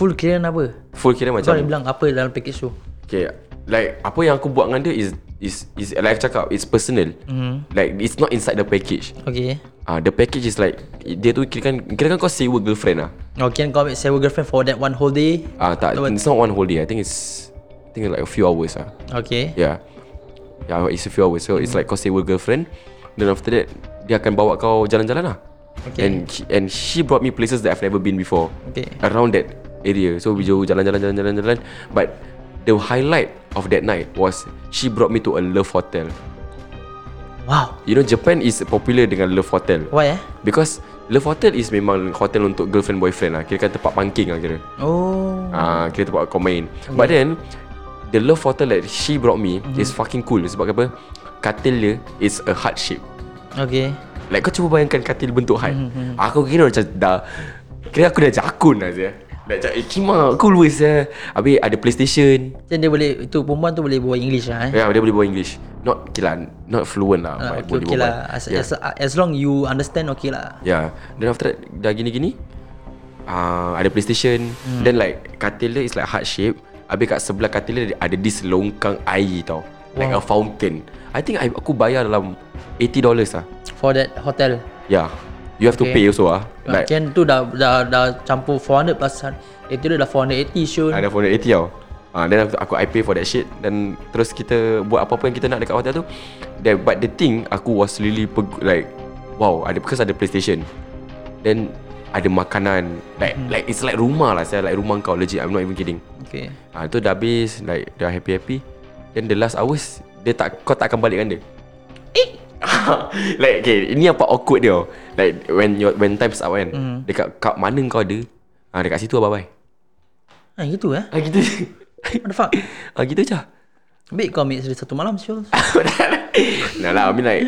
Speaker 2: Full kiraan apa?
Speaker 1: Full kira
Speaker 2: Kau
Speaker 1: macam
Speaker 2: ada bilang apa dalam package tu?
Speaker 1: Okay Like Apa yang aku buat dengan dia Is is is Like aku cakap It's personal mm-hmm. Like it's not inside the package
Speaker 2: Okay.
Speaker 1: Ah, uh, The package is like Dia tu kira kan Kira kan kau sewa girlfriend lah
Speaker 2: Oh, kan kau ambil sewa girlfriend for that one whole day?
Speaker 1: Ah uh, tak, it's not one whole day. I think it's I think like a few hours ah.
Speaker 2: Okay.
Speaker 1: Yeah. Yeah, it's a few hours. So
Speaker 2: Hmm.
Speaker 1: it's like kau sewa girlfriend, then after that dia akan bawa kau jalan-jalan lah.
Speaker 2: Okay.
Speaker 1: And she, and she brought me places that I've never been before.
Speaker 2: Okay.
Speaker 1: Around that area. So we jauh jalan-jalan jalan-jalan jalan. But the highlight of that night was she brought me to a love hotel.
Speaker 2: Wow.
Speaker 1: You know Japan is popular dengan love hotel.
Speaker 2: Why eh?
Speaker 1: Because love hotel is memang hotel untuk girlfriend boyfriend lah. Kira kan tempat pangking lah kira.
Speaker 2: Oh.
Speaker 1: Ah, uh, kita buat kau main. But
Speaker 2: Ya.
Speaker 1: then the love hotel that she brought me
Speaker 2: Mhm.
Speaker 1: mm-hmm. is fucking cool sebab apa? Katil dia is a heart shape.
Speaker 2: Okay.
Speaker 1: Like kau cuba bayangkan katil bentuk heart. Mm-hmm.
Speaker 2: Mhm,
Speaker 1: Aku kira macam dah kira aku dah jakun lah je. Dah macam eh, kima cool weh saya. Habis ada PlayStation.
Speaker 2: Then dia boleh tu perempuan tu boleh bawa English lah eh.
Speaker 1: Ya, yeah, dia boleh bawa English. Not okay lah, not fluent lah.
Speaker 2: Ah,
Speaker 1: but
Speaker 2: okay,
Speaker 1: boleh
Speaker 2: okay
Speaker 1: berbual.
Speaker 2: lah. As, yeah. as, as long you understand okay lah.
Speaker 1: Yeah Ya, Then after that Dah gini-gini uh, Ada playstation hmm. Then like Katil dia is like heart shape Habis kat sebelah katil dia Ada this longkang air tau Like a fountain I think I, aku bayar dalam $80 lah
Speaker 2: For that hotel.
Speaker 1: Yeah You have okay. to
Speaker 2: Okay.
Speaker 1: pay also lah Like
Speaker 2: Like, Ken tu dah dah dah campur 400 plus itu dia dah 480 Syul.
Speaker 1: Ada phone 80 tau Ah, then after- aku I pay for that shit Then terus kita Buat apa-apa yang kita nak Dekat hotel tu then, But the thing Aku was really peg- Like Wow ada Because ada playstation Then Ada makanan Like like It's like rumah lah saya Like rumah kau Legit I'm not even kidding
Speaker 2: Okay.
Speaker 1: Ah tu dah habis Like dah happy-happy Then the last hours Dia tak Kau tak akan balikkan dia Eh! like okay, ini apa awkward dia. Like when your when times up kan. Mm. Dekat kat mana kau ada? Ah dekat situ bye bye.
Speaker 2: Ha gitu eh.
Speaker 1: Ah gitu je.
Speaker 2: What the fuck?
Speaker 1: Ah gitu je.
Speaker 2: Baik kau ambil satu malam Syul.
Speaker 1: nah lah, I mean like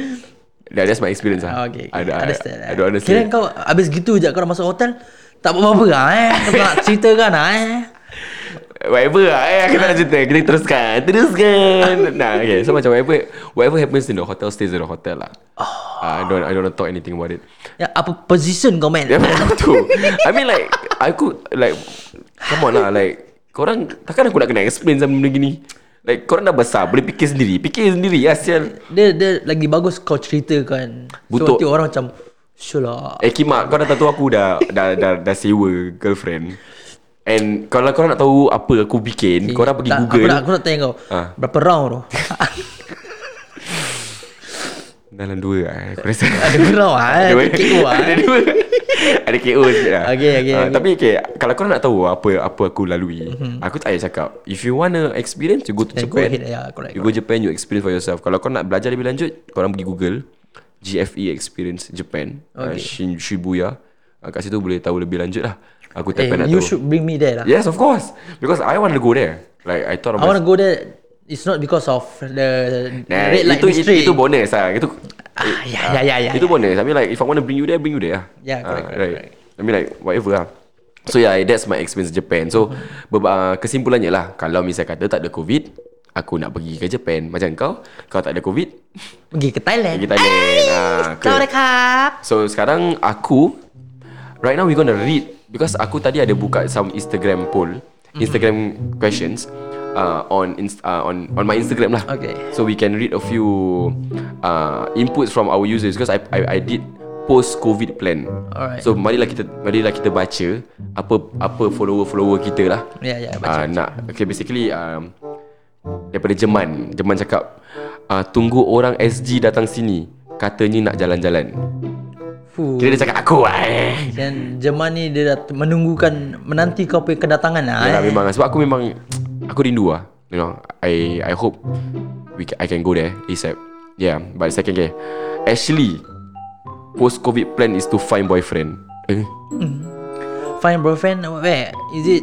Speaker 1: that, that's my experience lah.
Speaker 2: Ah, okay, okay.
Speaker 1: I, don't- I,
Speaker 2: understand. eh.
Speaker 1: I, I don't understand.
Speaker 2: Kira kau habis gitu je kau dah masuk hotel tak buat apa-apa lah eh. Kau tak nak cerita kan lah eh.
Speaker 1: Whatever lah eh, Aku tak nak cerita Kita teruskan Teruskan Nah okay So macam whatever Whatever happens in the hotel Stays in the hotel lah oh. I don't I don't want to talk anything about it
Speaker 2: Ya, apa position kau main?
Speaker 1: Ya betul I mean like Aku like Come on lah like Korang Takkan aku nak kena explain Sama benda gini Like korang dah besar Boleh fikir sendiri Fikir sendiri lah sial
Speaker 2: Dia dia lagi bagus kau cerita kan.
Speaker 1: Butuh.
Speaker 2: So nanti orang macam Sure lah
Speaker 1: Eh Kimak kau dah tahu aku dah Dah, dah, dah sewa girlfriend And kalau korang nak tahu Apa aku bikin Korang pergi
Speaker 2: tak, Aku
Speaker 1: Google
Speaker 2: nak, aku nak tanya kau
Speaker 1: Ha.
Speaker 2: Berapa round tu?
Speaker 1: Dalam dua lah Aku rasa
Speaker 2: Ada round lah eh.
Speaker 1: Dua.
Speaker 2: Tiket tu lah
Speaker 1: Ada dua Ada KO sikit lah
Speaker 2: Okay, okay,
Speaker 1: Ah,
Speaker 2: okay.
Speaker 1: Tapi okay Kalau korang nak tahu Apa apa aku lalui Aku tak payah cakap If you wanna experience You go to
Speaker 2: Then Eh, go
Speaker 1: Japan
Speaker 2: ahead, yeah, ya, correct,
Speaker 1: You go Japan You experience for yourself Kalau korang nak belajar lebih lanjut Korang pergi Google GFE Experience Japan okay. Shin Shibuya Ah, Kat situ boleh tahu lebih lanjut lah Aku tak
Speaker 2: Eh,
Speaker 1: payah nak
Speaker 2: you
Speaker 1: tahu
Speaker 2: should bring me there lah
Speaker 1: Yes of course Because I want to go there Like I thought
Speaker 2: I
Speaker 1: about
Speaker 2: want to go there It's not because of the the
Speaker 1: Nah,
Speaker 2: red light
Speaker 1: itu, itu,
Speaker 2: district.
Speaker 1: itu bonus lah Itu
Speaker 2: Ah, ya, ya, ya, ya.
Speaker 1: Itu bonus I mean like If I want to bring you there Bring you there lah
Speaker 2: Yeah,
Speaker 1: Ah,
Speaker 2: correct, correct,
Speaker 1: right. I mean like Whatever lah So yeah That's my experience Japan So
Speaker 2: Mm-hmm.
Speaker 1: ber- uh, Kesimpulannya lah Kalau misalnya kata Tak ada covid Aku nak pergi ke Japan Macam kau Kau tak ada covid
Speaker 2: Pergi ke Thailand.
Speaker 1: Pergi Thailand ah, ke.
Speaker 3: เข้าเลยครับ
Speaker 1: So sekarang aku Right now we gonna read Because aku tadi ada buka Some Instagram poll
Speaker 2: Mhm.
Speaker 1: Instagram questions uh, on inst- uh, on on my Instagram lah
Speaker 2: Okay.
Speaker 1: So we can read a few uh, Inputs from our users Because I I, I did Post COVID plan
Speaker 2: Alright.
Speaker 1: So marilah kita Marilah kita baca Apa apa follower-follower kita lah
Speaker 2: Ya, ya,
Speaker 1: uh,
Speaker 2: baca.
Speaker 1: Nak Okay basically um, Daripada Jerman Jerman cakap uh, Tunggu orang SG datang sini Katanya nak jalan-jalan
Speaker 2: Fuh.
Speaker 1: Kira dia cakap aku lah eh.
Speaker 2: Dan kan Jerman ni dia dah menunggukan menanti kau punya kedatangan lah.
Speaker 1: Yalah
Speaker 2: eh.
Speaker 1: memang lah. Sebab aku memang Aku rindu lah You know I I hope we ca- I can go there ASAP Yeah But second okay Ashley Post COVID plan is to find boyfriend Eh
Speaker 2: Find boyfriend where? Is it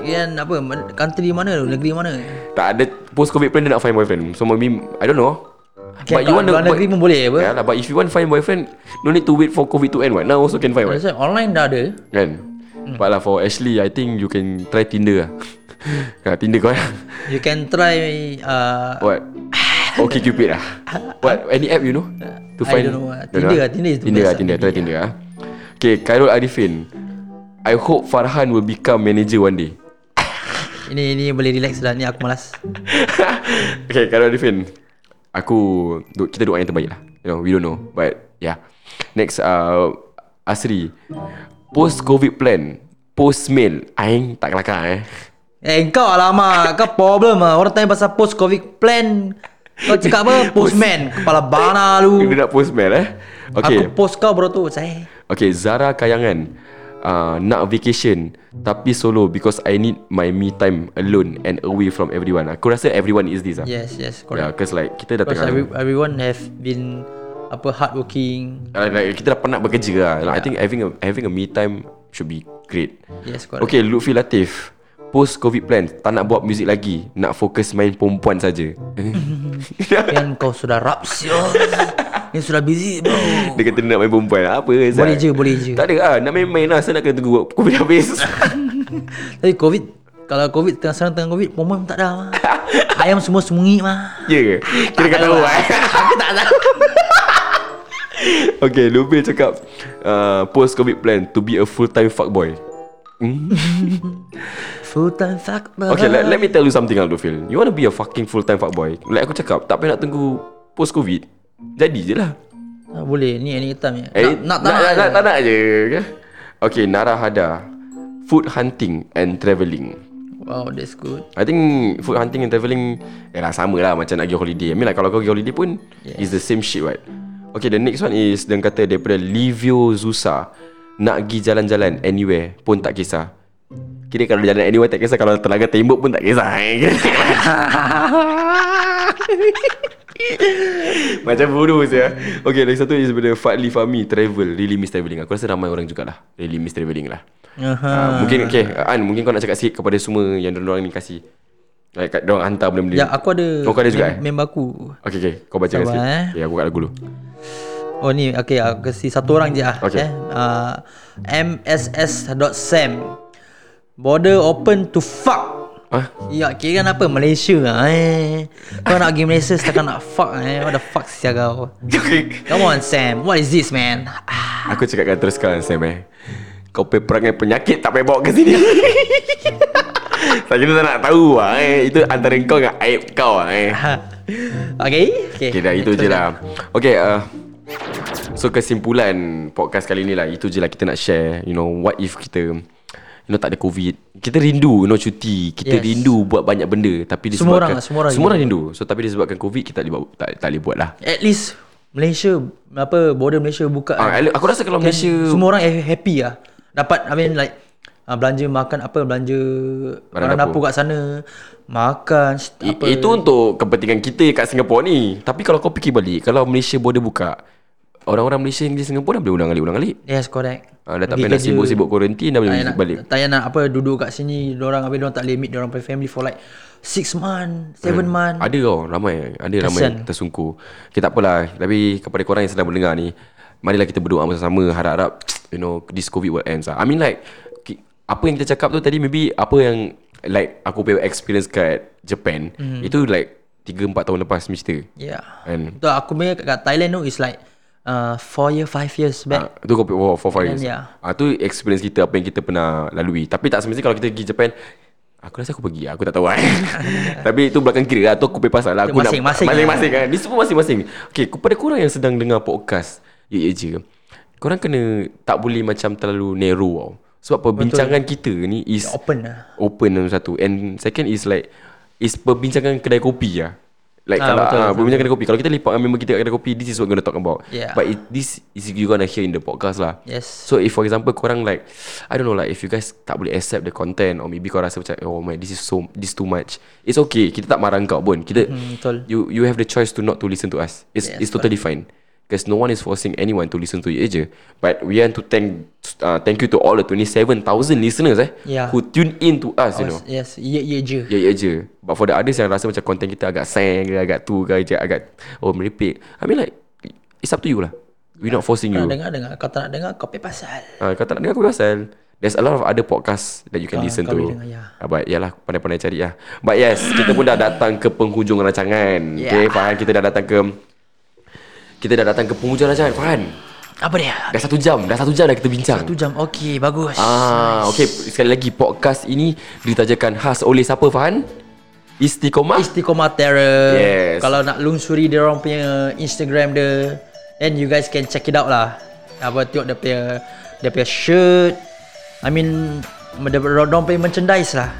Speaker 2: Kan apa men- Country mana tu Negeri mana
Speaker 1: Tak ada Post COVID plan dia nak find boyfriend So maybe I don't know
Speaker 2: Okay, kat luar negeri pun boleh apa?
Speaker 1: Yeah lah But if you want find boyfriend No need to wait for COVID to end what Now also can find what
Speaker 2: That's why Online dah ada
Speaker 1: Kan But lah for Ashley I think you can try Tinder lah Ah, Tinder kau lah
Speaker 2: You can try uh,
Speaker 1: What? Okay Cupid lah What? Any app you know? To
Speaker 2: I don't know ah. Tinder ah, Tinder is the
Speaker 1: Tinder
Speaker 2: best
Speaker 1: lah
Speaker 2: ah,
Speaker 1: Tinder Try
Speaker 2: maybe
Speaker 1: Tinder lah Okay Khairul Arifin I hope Farhan will become manager one day
Speaker 2: Ini ini boleh relax dah Ni aku malas
Speaker 1: Okay Khairul Arifin Aku du- Kita doa yang terbaik lah You know we don't know But yeah Next uh, Asri Post COVID plan Post mail Aing tak kelakar eh
Speaker 2: Eh kau alamak Kau problem lah Orang tanya pasal post covid plan Kau cakap apa Postman Kepala bana lu
Speaker 1: Dia nak post mail eh Okay
Speaker 2: Aku post kau bro tu Saya
Speaker 1: Okay, Zara Kayangan uh, Nak vacation Tapi solo Because I need my me time Alone and away from everyone Aku rasa everyone is this lah
Speaker 2: Yes yes correct
Speaker 1: Yeah, cause like Kita dah
Speaker 2: Because
Speaker 1: tengah
Speaker 2: every, everyone have been Apa hardworking
Speaker 1: uh, like, Kita dah penat bekerja lah like, I think having a, having a me time Should be great
Speaker 2: Yes correct
Speaker 1: Okay, Lutfi Latif Post COVID plan Tak nak buat muzik lagi Nak fokus main perempuan saja.
Speaker 2: Kan kau sudah raps yo. Ni sudah busy bro
Speaker 1: Dia kata dia nak main perempuan Apa Zat?
Speaker 2: Boleh je, boleh je.
Speaker 1: Tak ada lah Nak main-main lah Saya nak kena tunggu Covid habis
Speaker 2: Tapi covid Kalau covid tengah sekarang tengah covid Perempuan pun tak ada mah Ayam semua semungi mah
Speaker 1: Ya ke? Kira kau tahu eh? Aku tak tahu Okay, Lubil cakap uh, Post-COVID plan To be a full-time fuckboy
Speaker 2: Full time fuck bro.
Speaker 1: Okay, let, let me tell you something Aldo Phil You want to be a fucking full-time fuckboy Like aku cakap Tak payah nak tunggu Post-COVID Jadi je lah
Speaker 2: Ah, Boleh ni anytime ya.
Speaker 1: Eh,
Speaker 2: Nak, nak tak nak,
Speaker 1: nak, nak, nak je okay? okay, Nara Hada Food hunting and travelling
Speaker 2: Wow that's good
Speaker 1: I think food hunting and travelling Eh lah sama lah macam nak pergi holiday I mean like kalau kau pergi holiday pun yeah. It's the same shit right Okay the next one is Dia kata daripada Livio Zusa Nak pergi jalan-jalan anywhere pun tak kisah Kira kalau jalan anywhere tak kisah Kalau telaga tembok pun tak kisah Macam bodoh saya Okay lagi satu is daripada Fadli Fahmi Travel Really miss travelling Aku rasa ramai orang jugalah Really miss travelling lah
Speaker 2: Aha.
Speaker 1: Ah, mungkin okay An mungkin kau nak cakap sikit kepada semua yang orang ni kasih. Like kat orang hantar benda-benda.
Speaker 2: Ya aku ada
Speaker 1: Oh, kau ada juga, eh?
Speaker 2: Member aku
Speaker 1: Okey okey, kau baca sikit.
Speaker 2: Sabar, eh.
Speaker 1: Ya, aku kat lagu dulu.
Speaker 2: Oh ni okay aku kasi satu orang je ah.
Speaker 1: Okay.
Speaker 2: Eh. Uh, mss.sam Border open to fuck.
Speaker 1: Ah,
Speaker 2: Ya, kira kan apa? Malaysia lah eh. Kau nak pergi Malaysia setakat nak fuck eh. What the fuck sia kau?
Speaker 1: okay.
Speaker 2: Come on Sam, what is this man?
Speaker 1: Aku cakap kan, kau teruskan Sam eh. Kau pergi perangai penyakit tak payah bawa ke sini. Tak kira tak nak tahu lah eh. Itu antara kau dengan aib kau lah eh.
Speaker 2: okay. okay.
Speaker 1: Okay dah itu je lah Okay uh, So kesimpulan podcast kali ni lah Itu je lah kita nak share You know what if kita You know tak ada covid Kita rindu you know cuti Kita yes.
Speaker 2: Yes.
Speaker 1: rindu buat banyak benda Tapi disebabkan
Speaker 2: Semua orang lah, semua orang
Speaker 1: semua orang rindu So tapi disebabkan covid Kita tak, boleh buat- tak, tak boleh buat lah
Speaker 2: At least Malaysia apa border Malaysia buka.
Speaker 1: Ah,
Speaker 2: kan.
Speaker 1: I- aku rasa kalau
Speaker 2: Kan
Speaker 1: Malaysia
Speaker 2: semua orang ha- happy lah. Dapat I mean like uh, belanja makan apa belanja
Speaker 1: dapur.
Speaker 2: barang dapur kat sana, makan s-
Speaker 1: I-
Speaker 2: apa
Speaker 1: Itu untuk kepentingan kita kat Singapura ni Tapi kalau kau fikir balik Kalau Malaysia border buka Orang-orang Malaysia yang di Singapura dah boleh ulang-alik-ulang-alik
Speaker 2: Yes, correct.
Speaker 1: ah, Dah tak payah
Speaker 2: Pergi
Speaker 1: nak
Speaker 2: kerja. Ah,
Speaker 1: sibuk-sibuk kuarantin Dah
Speaker 2: Tak
Speaker 1: boleh
Speaker 2: payah nak,
Speaker 1: balik
Speaker 2: tak payah nak apa duduk kat sini, orang habis orang tak limit orang punya family for like 6 month, 7 month.
Speaker 1: Ada tau ramai Ada ramai
Speaker 2: Kasian.
Speaker 1: yang tersungkur Okay tak apalah Tapi kepada korang yang sedang mendengar ni Marilah kita berdoa bersama-sama Harap-harap You know This COVID will end lah I mean like ki- Apa yang kita cakap tu tadi Maybe apa yang Like aku punya experience kat Japan mm. Itu like 3-4 tahun lepas Mr.
Speaker 2: Yeah.
Speaker 1: And
Speaker 2: Tu aku punya kat- kat Thailand tu is like uh, 4 year, 5 years back.
Speaker 1: Ah, tu kau for, for five years.
Speaker 2: yeah.
Speaker 1: Ah, tu experience kita apa yang kita pernah lalui. Tapi tak semestinya kalau kita pergi Japan Aku rasa aku pergi Aku tak tahu lah Tapi itu belakang kira lah Tu aku punya pasal lah aku nak-
Speaker 2: Masing-masing. eh.
Speaker 1: Masing-masing kan Ni semua masing-masing Okay kepada korang yang sedang dengar podcast Ya ya je Korang kena Tak boleh macam terlalu narrow tau Sebab perbincangan kita ni Is
Speaker 2: Open lah.
Speaker 1: open nombor satu and second is like is perbincangan kedai kopi lah like
Speaker 2: Ah,
Speaker 1: kalau
Speaker 2: betul,
Speaker 1: ah,
Speaker 2: betul.
Speaker 1: perbincangan kedai kopi kalau kita lepak dengan member kita kat kedai kopi this is what we're gonna talk about
Speaker 2: Yeah.
Speaker 1: but it, this is you gonna hear in the podcast lah
Speaker 2: Yes.
Speaker 1: so if for example korang like I don't know like if you guys tak boleh accept the content or maybe kau rasa macam oh my this is so this too much it's okay kita tak marah kau pun kita
Speaker 2: Hmm, betul.
Speaker 1: you you have the choice to not to listen to us it's
Speaker 2: Yes,
Speaker 1: it's totally fine Because no one is forcing anyone to listen to it je But we want to thank uh, Thank you to all the 27,000 listeners eh
Speaker 2: Yeah.
Speaker 1: Who tune in to us you know
Speaker 2: Yes, yes, ye ye je.
Speaker 1: Ya ya je But for the others yang rasa macam Content kita agak sang ke Agak tu ke je, Agak Oh meripik I mean like It's up to you lah We're not forcing
Speaker 2: Nak
Speaker 1: you
Speaker 2: dengar dengar kau tak nak dengar kau pay pasal.
Speaker 1: uh, Kau tak nak dengar aku pasal There's a lot of other podcast That you can
Speaker 2: Ah,
Speaker 1: listen
Speaker 2: kau
Speaker 1: to
Speaker 2: boleh dengar, ya.
Speaker 1: Ah, But yalah Pandai-pandai cari lah But yes Kita pun dah datang ke penghujung rancangan Okay
Speaker 2: Yeah.
Speaker 1: Fahan kita dah datang ke Kita dah datang ke penghujung rancangan Fahan
Speaker 2: Apa dia?
Speaker 1: Dah satu jam Dah satu jam dah kita bincang
Speaker 2: Tu jam. Okey, bagus.
Speaker 1: Ah, okay. Sekali lagi podcast ini ditajakan khas oleh siapa Fahan? Istiqomah.
Speaker 2: Istiqomah Terror.
Speaker 1: Yes.
Speaker 2: Kalau nak lungsuri dia orang punya Instagram dia, then you guys can check it out lah. Apa tengok dia punya dia punya shirt. I mean dia orang punya merchandise lah.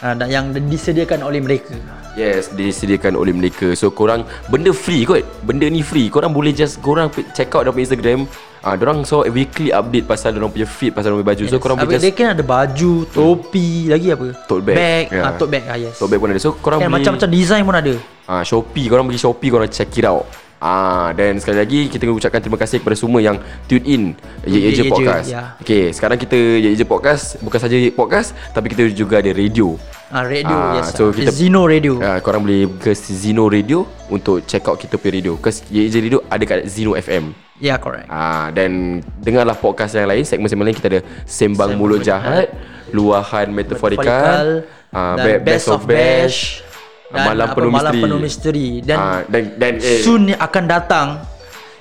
Speaker 2: Ah, dan yang disediakan oleh mereka.
Speaker 1: Yes, disediakan oleh mereka. So korang benda free kot. Benda ni free. Korang boleh just korang pe- check out dia punya Instagram. Ah, uh, orang so weekly update pasal dia punya feed pasal dia baju. So korang
Speaker 2: Apa,
Speaker 1: boleh
Speaker 2: dia
Speaker 1: just
Speaker 2: kan ada baju, topi, lagi apa?
Speaker 1: Tote bag.
Speaker 2: Bag.
Speaker 1: Ya.
Speaker 2: Ah, tote bag. Ah, yes.
Speaker 1: Tote bag pun ada. So korang
Speaker 2: Kan
Speaker 1: boleh
Speaker 2: macam-macam design pun ada.
Speaker 1: Ah, Shopee Korang pergi Shopee Korang check it out Ah, dan sekali lagi kita ucapkan terima kasih kepada semua yang tune in Ye Ye Je
Speaker 2: Ye Je,
Speaker 1: Podcast.
Speaker 2: ya.
Speaker 1: Okay, sekarang kita Ye Ye Je Podcast bukan saja podcast tapi kita juga ada radio.
Speaker 2: Ah, radio.
Speaker 1: Ah,
Speaker 2: yes.
Speaker 1: so kita-
Speaker 2: Zino Radio.
Speaker 1: Uh, korang boleh ke Zino Radio untuk check out kita punya radio. Because Ye Ye Je Radio ada kat Zino FM.
Speaker 2: Yeah, Ya, correct.
Speaker 1: Ah, dan dengarlah podcast yang lain, segmen-segmen lain kita ada Sembang
Speaker 2: Sembang
Speaker 1: Mulut
Speaker 2: Mulut
Speaker 1: Jahat, Luahan Metaforikal, ah,
Speaker 2: dan
Speaker 1: Be- Best of Bash,
Speaker 2: dan
Speaker 1: Malam
Speaker 2: apa,
Speaker 1: Penuh
Speaker 2: Malam
Speaker 1: Misteri.
Speaker 2: Penuh Misteri dan
Speaker 1: Ah, dan dan eh,
Speaker 2: soon yang akan datang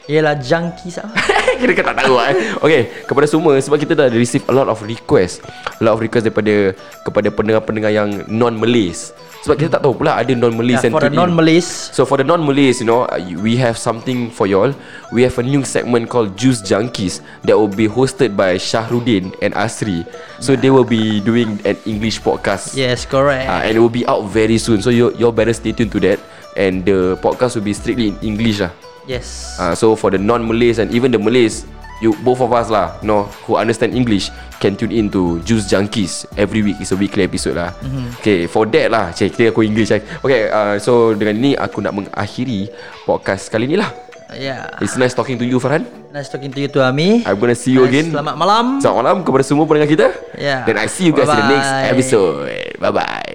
Speaker 2: ialah Junkies apa?
Speaker 1: Kira kau tak tahu kan Okay Kepada semua Sebab kita dah receive a lot of request A lot of request daripada Kepada pendengar-pendengar yang Non-Malays Sebab kita tak tahu pula Ada non-Malays
Speaker 2: yeah,
Speaker 1: yang
Speaker 2: Ya, for the
Speaker 1: tune in.
Speaker 2: non Malays.
Speaker 1: So for the non-Malays, you know, uh, we have something for y'all. We have a new segment called Juice Junkies that will be hosted by Shahruddin and Asri. So they will be doing an English podcast.
Speaker 2: Yes, correct.
Speaker 1: Uh, and it will be out very soon. So you you better stay tuned to that. And the podcast will be strictly in English lah.
Speaker 2: yes.
Speaker 1: Uh, so for the non-Malays and even the Malays, you both of us lah, you know, who understand English can tune in to Juice Junkies every week. It's a weekly episode lah. Mm-hmm. Okay, for that lah. Cik, kita aku English. Cik. Okay, uh, so dengan ini aku nak mengakhiri podcast kali ni lah.
Speaker 2: yeah.
Speaker 1: It's nice talking to you Farhan.
Speaker 2: Nice talking to you too, Ami.
Speaker 1: I'm gonna see you
Speaker 2: Nice,
Speaker 1: again.
Speaker 2: Selamat malam.
Speaker 1: Selamat malam kepada semua pendengar kita.
Speaker 2: Yeah.
Speaker 1: Then I see you guys in the next
Speaker 2: Bye-bye.
Speaker 1: episode. Bye bye.